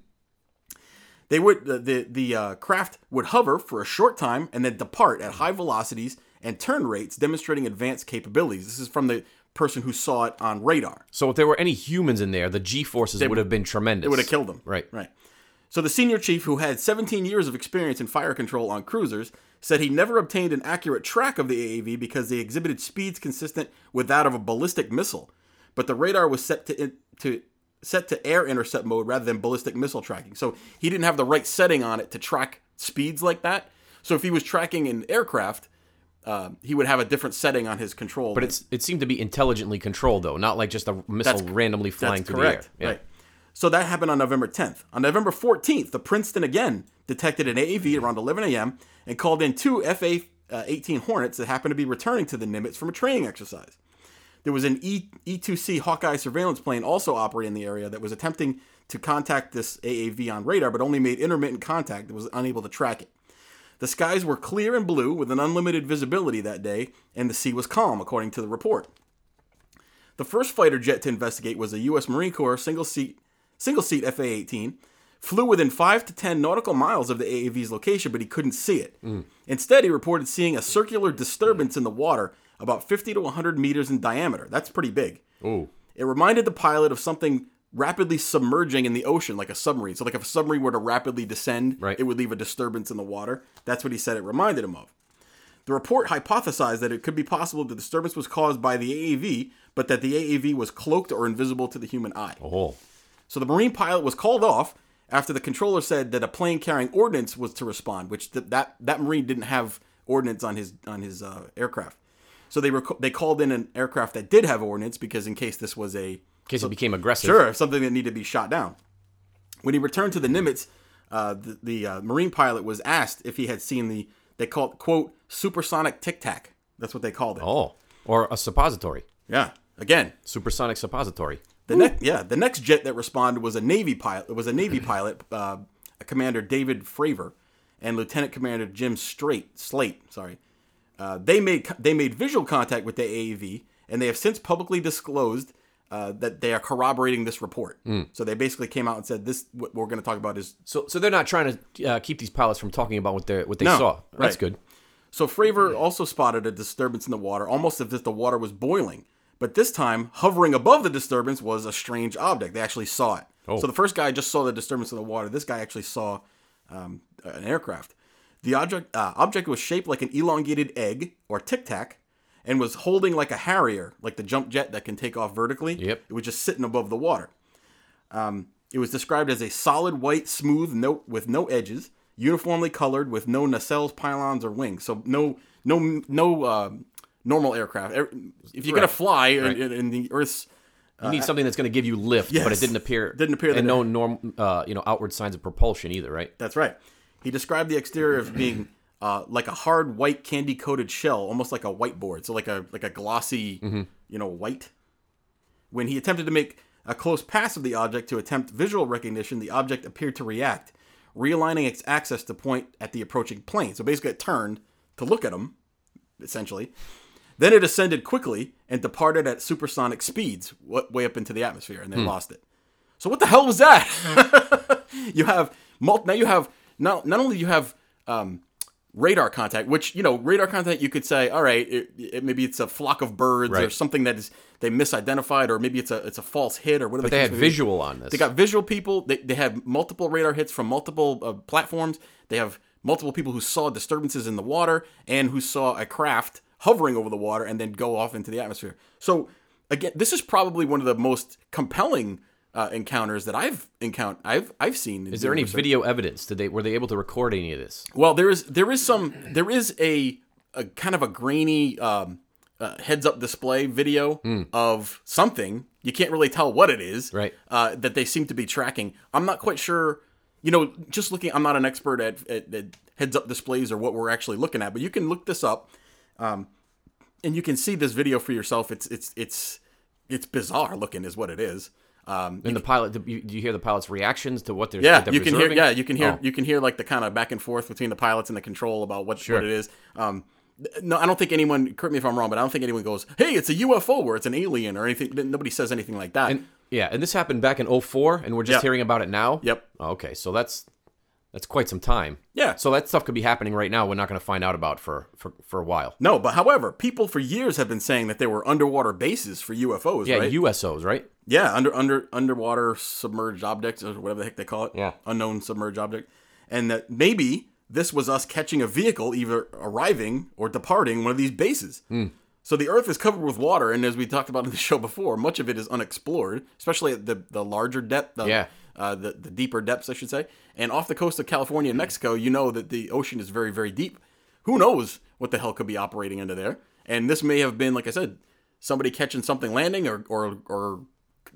[SPEAKER 2] They would the the, the uh, craft would hover for a short time and then depart at high velocities and turn rates, demonstrating advanced capabilities. This is from the person who saw it on radar.
[SPEAKER 3] so if there were any humans in there, the G forces would have been tremendous. It
[SPEAKER 2] Would have killed them.
[SPEAKER 3] Right.
[SPEAKER 2] Right. So the senior chief, who had 17 years of experience in fire control on cruisers, said he never obtained an accurate track of the AAV because they exhibited speeds consistent with that of a ballistic missile, but the radar was set to to set to air intercept mode rather than ballistic missile tracking. So he didn't have the right setting on it to track speeds like that. So if he was tracking an aircraft, uh, he would have a different setting on his control.
[SPEAKER 3] But it's, it seemed to be intelligently controlled though, not like just a missile randomly flying through the air. Yeah.
[SPEAKER 2] Right. So that happened on November 10th. On November 14th, the Princeton again detected an AAV around 11 a.m. and called in two FA uh, 18 Hornets that happened to be returning to the Nimitz from a training exercise. There was an e- E2C Hawkeye surveillance plane also operating in the area that was attempting to contact this AAV on radar, but only made intermittent contact and was unable to track it. The skies were clear and blue with an unlimited visibility that day, and the sea was calm, according to the report. The first fighter jet to investigate was a U.S. Marine Corps single seat single seat FA 18. Flew within five to ten nautical miles of the AAV's location, but he couldn't see it.
[SPEAKER 3] Mm.
[SPEAKER 2] Instead, he reported seeing a circular disturbance in the water about 50 to 100 meters in diameter. That's pretty big.
[SPEAKER 3] Ooh.
[SPEAKER 2] It reminded the pilot of something rapidly submerging in the ocean, like a submarine. So, like if a submarine were to rapidly descend,
[SPEAKER 3] Right.
[SPEAKER 2] it would leave a disturbance in the water. That's what he said it reminded him of. The report hypothesized that it could be possible the disturbance was caused by the AAV, but that the AAV was cloaked or invisible to the human eye.
[SPEAKER 3] Oh.
[SPEAKER 2] So the Marine pilot was called off after the controller said that a plane carrying ordnance was to respond, which th- that that Marine didn't have ordnance on his on his uh, aircraft. So they rec- they called in an aircraft that did have ordnance because in case this was a
[SPEAKER 3] In case it became aggressive.
[SPEAKER 2] Sure, something that needed to be shot down. When he returned to the Nimitz, uh, the, the uh, Marine pilot was asked if he had seen the they called quote supersonic tic tac. That's what they called it.
[SPEAKER 3] Oh. Or a suppository.
[SPEAKER 2] Yeah. Again,
[SPEAKER 3] Supersonic suppository.
[SPEAKER 2] the next yeah the next jet that responded was a Navy pilot. It was a Navy pilot, uh, Commander David Fravor, and Lieutenant Commander Jim Straight Slate. Sorry, uh, they made they made visual contact with the AAV, and they have since publicly disclosed uh, that they are corroborating this report. So they basically came out and said this. What we're going to talk about is
[SPEAKER 3] So, so they're not trying to uh, keep these pilots from talking about what they what they
[SPEAKER 2] No,
[SPEAKER 3] saw. That's
[SPEAKER 2] right.
[SPEAKER 3] good.
[SPEAKER 2] So Fravor also spotted a disturbance in the water, almost as if the water was boiling. But this time, hovering above the disturbance was a strange object. They actually saw it. So the first guy just saw the disturbance in the water. This guy actually saw um, an aircraft. The object uh, object was shaped like an elongated egg or tic tac, and was holding like a Harrier, like the jump jet that can take off vertically.
[SPEAKER 3] Yep.
[SPEAKER 2] It was just sitting above the water. It was described as a solid white, smooth note with no edges, uniformly colored with no nacelles, pylons, or wings. So no, no, no uh, normal aircraft. Er- If you're gonna fly in- in, in the Earth's,
[SPEAKER 3] You need something that's going to give you lift, but
[SPEAKER 2] Uh, yes.
[SPEAKER 3] it didn't appear.
[SPEAKER 2] Didn't appear
[SPEAKER 3] And
[SPEAKER 2] that-
[SPEAKER 3] no norm, uh, you know, outward signs of propulsion either, right?
[SPEAKER 2] that's right. He described the exterior as being uh, like a hard white candy coated shell, almost like a whiteboard. So like a like a glossy, you know, white. When he attempted to make a close pass of the object to attempt visual recognition, the object appeared to react, realigning its axis to point at the approaching plane. So basically, it turned to look at him, essentially. Then it ascended quickly and departed at supersonic speeds, wa- way up into the atmosphere, and then
[SPEAKER 3] Hmm.
[SPEAKER 2] lost it. So what the hell was that? you have mul- now you have not not only do you have um, radar contact, which you know radar contact you could say, all right, it, it, maybe it's a flock of birds or
[SPEAKER 3] Right.
[SPEAKER 2] something that is they misidentified or maybe it's a it's a false hit or whatever.
[SPEAKER 3] They had visual on this.
[SPEAKER 2] They got visual people. They they had multiple radar hits from multiple uh, platforms. They have multiple people who saw disturbances in the water and who saw a craft hovering over the water and then go off into the atmosphere. So again, this is probably one of the most compelling uh, encounters that I've encountered. I've I've seen.
[SPEAKER 3] Is there any video evidence? Did they were they able to record any of this?
[SPEAKER 2] Well, there is there is some there is a, a kind of a grainy um, uh, heads up display video of something you can't really tell what it is.
[SPEAKER 3] Right.
[SPEAKER 2] Uh, that they seem to be tracking. I'm not quite sure. You know, just looking. I'm not an expert at, at, at heads up displays or what we're actually looking at, but you can look this up, um, and you can see this video for yourself. It's it's it's it's bizarre looking, is what it is. Um,
[SPEAKER 3] And the pilot, do you, do you hear the pilot's reactions to what they're
[SPEAKER 2] yeah,
[SPEAKER 3] they're
[SPEAKER 2] you can hear.
[SPEAKER 3] preserving?
[SPEAKER 2] Yeah, you can hear.
[SPEAKER 3] Oh.
[SPEAKER 2] You can hear like the kind of back and forth between the pilots and the control about what, what it is. Um, th- no, I don't think anyone. Correct me if I'm wrong, but I don't think anyone goes, "Hey, it's a UFO or it's an alien or anything." Nobody says anything like that.
[SPEAKER 3] And, yeah, and this happened back in 04, and we're just
[SPEAKER 2] Yep.
[SPEAKER 3] hearing about it now.
[SPEAKER 2] Yep.
[SPEAKER 3] Oh, okay, so that's that's quite some time.
[SPEAKER 2] Yeah.
[SPEAKER 3] So that stuff could be happening right now. We're not going to find out about for for, for a while.
[SPEAKER 2] no, but however, people for years have been saying that there were underwater bases for UFOs.
[SPEAKER 3] Yeah,
[SPEAKER 2] right?
[SPEAKER 3] USOs, right?
[SPEAKER 2] Yeah, under under underwater submerged objects or whatever the heck they call it.
[SPEAKER 3] Yeah.
[SPEAKER 2] Unknown submerged object. And that maybe this was us catching a vehicle either arriving or departing one of these bases.
[SPEAKER 3] Hmm.
[SPEAKER 2] So the earth is covered with water and as we talked about in the show before, much of it is unexplored, especially at the the larger depth the,
[SPEAKER 3] Yeah.
[SPEAKER 2] uh, the the deeper depths I should say. And off the coast of California and Mexico, you know that the ocean is very very deep. Who knows what the hell could be operating under there? And this may have been like I said, somebody catching something landing or or or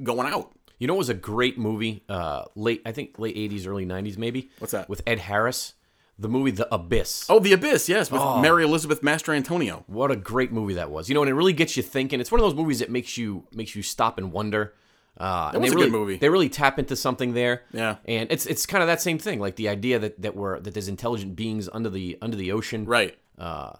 [SPEAKER 2] going out.
[SPEAKER 3] You know, it was a great movie. Uh, late, I think late '80s, early '90s, maybe.
[SPEAKER 2] What's that?
[SPEAKER 3] With Ed Harris, the movie The Abyss.
[SPEAKER 2] Oh, The Abyss, yes, with Mary Elizabeth Master Antonio.
[SPEAKER 3] What a great movie that was. You know, and it really gets you thinking. It's one of those movies that makes you makes you stop and wonder. Uh,
[SPEAKER 2] was
[SPEAKER 3] they
[SPEAKER 2] a good
[SPEAKER 3] really,
[SPEAKER 2] movie.
[SPEAKER 3] They really tap into something there.
[SPEAKER 2] Yeah.
[SPEAKER 3] and it's it's kind of that same thing, like the idea that that we're that there's intelligent beings under the under the ocean.
[SPEAKER 2] Right.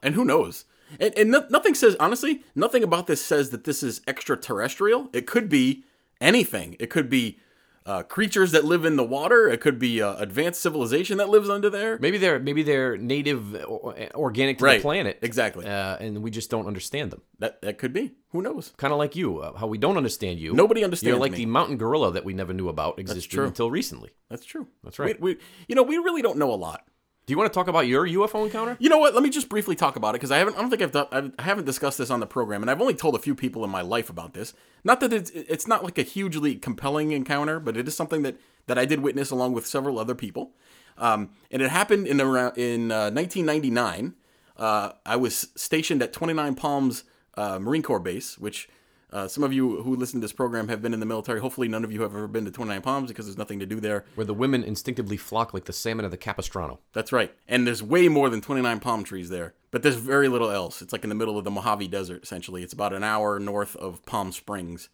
[SPEAKER 2] and who knows? And, and no, nothing says, honestly, nothing about this says that this is extraterrestrial. It could be anything. It could be uh, creatures that live in the water. It could be uh, advanced civilization that lives under there.
[SPEAKER 3] Maybe they're maybe they're native, or, organic to
[SPEAKER 2] Right.
[SPEAKER 3] the planet.
[SPEAKER 2] Exactly.
[SPEAKER 3] Uh, and we just don't understand them.
[SPEAKER 2] That that could be. Who knows?
[SPEAKER 3] Kind of like you, uh, how we don't understand you.
[SPEAKER 2] Nobody understands
[SPEAKER 3] You're like
[SPEAKER 2] me.
[SPEAKER 3] the mountain gorilla that we never knew about existed
[SPEAKER 2] true.
[SPEAKER 3] until recently.
[SPEAKER 2] That's true. That's
[SPEAKER 3] right.
[SPEAKER 2] We, we, you know, we really don't know a lot.
[SPEAKER 3] Do you want to talk about your UFO encounter?
[SPEAKER 2] You know what? Let me just briefly talk about it because I haven't. I don't think I've, done, I've I haven't discussed this on the program, and I've only told a few people in my life about this. Not that it's it's not like a hugely compelling encounter, but it is something that that I did witness along with several other people. Um, and it happened in around in uh, 1999. Uh, I was stationed at 29 Palms uh, Marine Corps Base, which uh, some of you who listen to this program have been in the military. Hopefully, none of you have ever been to 29 Palms because there's nothing to do there.
[SPEAKER 3] Where the women instinctively flock like the salmon of the Capistrano.
[SPEAKER 2] That's right. And there's way more than 29 palm trees there, but there's very little else. It's like in the middle of the Mojave Desert, essentially. It's about an hour north of Palm Springs.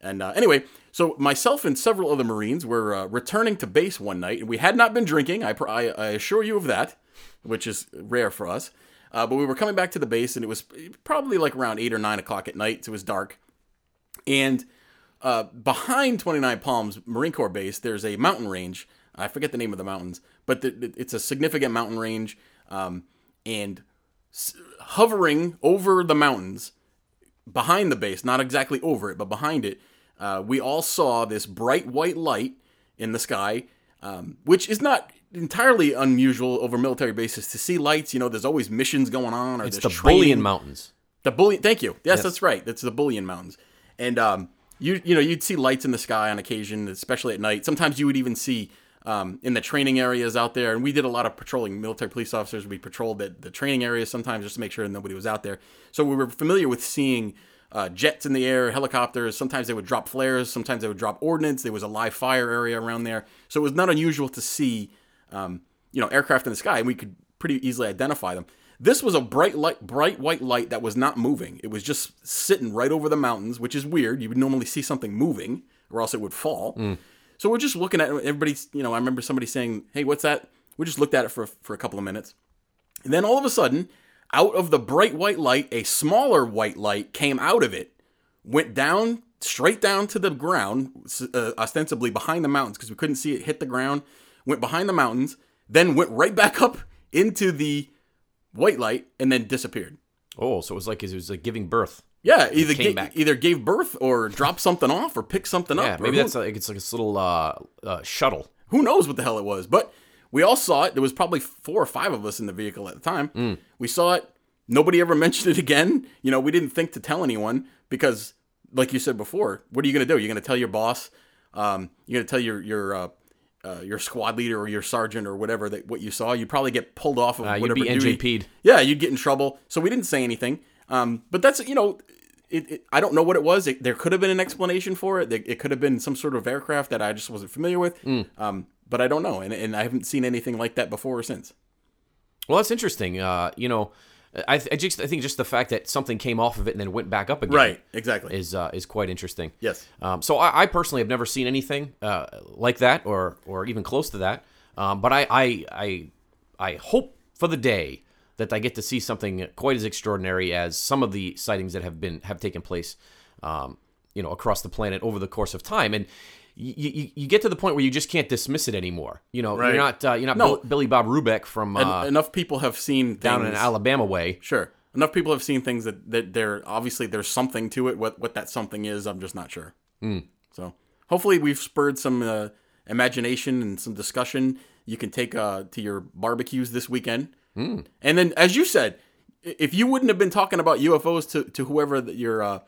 [SPEAKER 2] And uh, anyway, so myself and several other Marines were uh, returning to base one night, and we had not been drinking. I, pr- I, I assure you of that, which is rare for us. Uh, but we were coming back to the base, and it was probably like around eight or nine o'clock at night. So it was dark, and uh, behind 29 Palms Marine Corps Base, there's a mountain range. I forget the name of the mountains, but the, the- it's a significant mountain range. Um, and s- hovering over the mountains, behind the base, not exactly over it, but behind it, uh, we all saw this bright white light in the sky, um, which is not entirely unusual over military bases to see lights. You know, there's always missions going on, or
[SPEAKER 3] It's the
[SPEAKER 2] there's training.
[SPEAKER 3] Bullion Mountains.
[SPEAKER 2] The bullion. Thank you. Yes, that's right. That's the bullion mountains. And um, you you know you'd see lights in the sky on occasion, especially at night. Sometimes you would even see um, in the training areas out there. And we did a lot of patrolling. Military police officers we patrolled the, the training areas sometimes just to make sure nobody was out there. So we were familiar with seeing. Uh, jets in the air, helicopters. Sometimes they would drop flares. Sometimes they would drop ordnance. There was a live fire area around there, so it was not unusual to see um, you know, aircraft in the sky, and we could pretty easily identify them. This was a bright light, bright white light that was not moving. It was just sitting right over the mountains, which is weird. You would normally see something moving, or else it would fall. So we're just looking at it. everybody's. You know, I remember somebody saying, "Hey, what's that?" We just looked at it for for a couple of minutes, and then all of a sudden, out of the bright white light, a smaller white light came out of it, went down straight down to the ground, s- uh, ostensibly behind the mountains because we couldn't see it hit the ground, went behind the mountains, then went right back up into the white light and then disappeared.
[SPEAKER 3] Oh, so it was like it was like giving birth.
[SPEAKER 2] Yeah, either
[SPEAKER 3] came
[SPEAKER 2] ga-
[SPEAKER 3] back.
[SPEAKER 2] either gave birth or dropped something off or picked something
[SPEAKER 3] Yeah,
[SPEAKER 2] up. or
[SPEAKER 3] maybe
[SPEAKER 2] who-
[SPEAKER 3] that's like it's like this little uh, uh, shuttle.
[SPEAKER 2] who knows what the hell it was but we all saw it there was probably four or five of us in the vehicle at the time
[SPEAKER 3] Mm.
[SPEAKER 2] we saw it nobody ever mentioned it again you know we didn't think to tell anyone because like you said before what are you going to do you're going to tell your boss um, you're going to tell your your uh, uh, your squad leader or your sergeant or whatever that what you saw you'd probably get pulled off of
[SPEAKER 3] Uh, you'd
[SPEAKER 2] whatever
[SPEAKER 3] be
[SPEAKER 2] duty.
[SPEAKER 3] NJP'd.
[SPEAKER 2] Yeah, you'd get in trouble. So we didn't say anything. Um, but that's you know, it, it, I don't know what it was. It, there could have been an explanation for it. There- It could have been some sort of aircraft that I just wasn't familiar with.
[SPEAKER 3] Hmm.
[SPEAKER 2] Um, but I don't know, and, and I haven't seen anything like that before or since.
[SPEAKER 3] Well, that's interesting. Uh, you know, I, I just I think just the fact that something came off of it and then went back up again.
[SPEAKER 2] Exactly.
[SPEAKER 3] Is uh, is quite interesting.
[SPEAKER 2] Yes.
[SPEAKER 3] Um, so I, I personally have never seen anything uh, like that, or or even close to that. Um, but I, I I I hope for the day that I get to see something quite as extraordinary as some of the sightings that have been have taken place, um, you know, across the planet over the course of time. And you, you, you get to the point where you just can't dismiss it anymore. You know,
[SPEAKER 2] Right.
[SPEAKER 3] you're not uh, you're not
[SPEAKER 2] No.
[SPEAKER 3] Bill- Billy Bob Rubeck from uh,
[SPEAKER 2] En- enough people have seen
[SPEAKER 3] down in
[SPEAKER 2] things-
[SPEAKER 3] Alabama way.
[SPEAKER 2] Sure. Enough people have seen things that that there obviously there's something to it. What what that something is, I'm just not sure. So hopefully we've spurred some uh, imagination and some discussion. You can take uh, to your barbecues this weekend. And then, as you said, i- if you wouldn't have been talking about UFOs to, to whoever that your uh,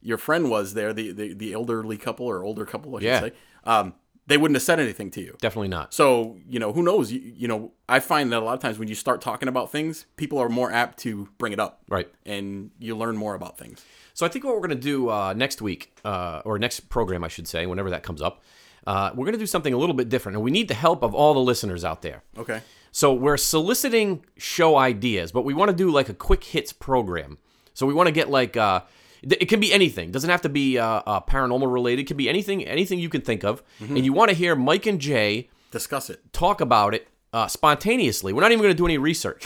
[SPEAKER 2] your friend was there, the, the the elderly couple or older couple, I should
[SPEAKER 3] Yeah.
[SPEAKER 2] say, um, they wouldn't have said anything to you.
[SPEAKER 3] Definitely not.
[SPEAKER 2] So, you know, who knows? You, you know, I find that a lot of times when you start talking about things, people are more apt to bring it up.
[SPEAKER 3] Right.
[SPEAKER 2] And you learn more about things.
[SPEAKER 3] So I think what we're going to do uh, next week, uh, or next program, I should say, whenever that comes up, uh, we're going to do something a little bit different, and we need the help of all the listeners out there.
[SPEAKER 2] Okay.
[SPEAKER 3] So we're soliciting show ideas, but we want to do like a quick hits program. So we want to get like uh, Th- It can be anything. doesn't have to be uh, uh, paranormal related. It can be anything, anything you can think of. And you want to hear Mike and Jay
[SPEAKER 2] Discuss it.
[SPEAKER 3] talk about it uh, spontaneously. We're not even going to do any research.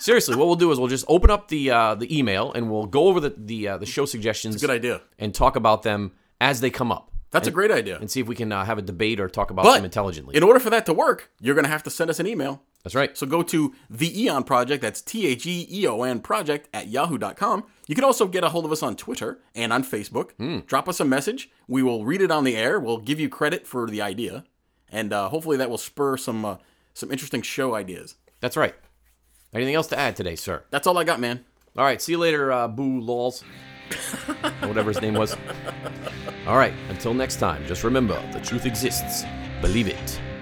[SPEAKER 3] Seriously, what we'll do is we'll just open up the uh, the email and we'll go over the the, uh, the show suggestions
[SPEAKER 2] Good idea.
[SPEAKER 3] and talk about them as they come up
[SPEAKER 2] That's a great idea.
[SPEAKER 3] and see if we can uh, have a debate or talk about
[SPEAKER 2] But
[SPEAKER 3] them intelligently.
[SPEAKER 2] In order for that to work, you're going to have to send us an email.
[SPEAKER 3] That's right.
[SPEAKER 2] So go to the Eon Project, that's T H E E O N Project at yahoo.com. You can also get a hold of us on Twitter and on Facebook.
[SPEAKER 3] Hmm.
[SPEAKER 2] Drop us a message. We will read it on the air. We'll give you credit for the idea. And uh, hopefully that will spur some uh, some interesting show ideas.
[SPEAKER 3] That's right. Anything else to add today, sir?
[SPEAKER 2] That's all I got, man.
[SPEAKER 3] All right. See you later, uh, Boo Lols. Or Whatever his name was. All right. Until next time, just remember the truth exists. Believe it.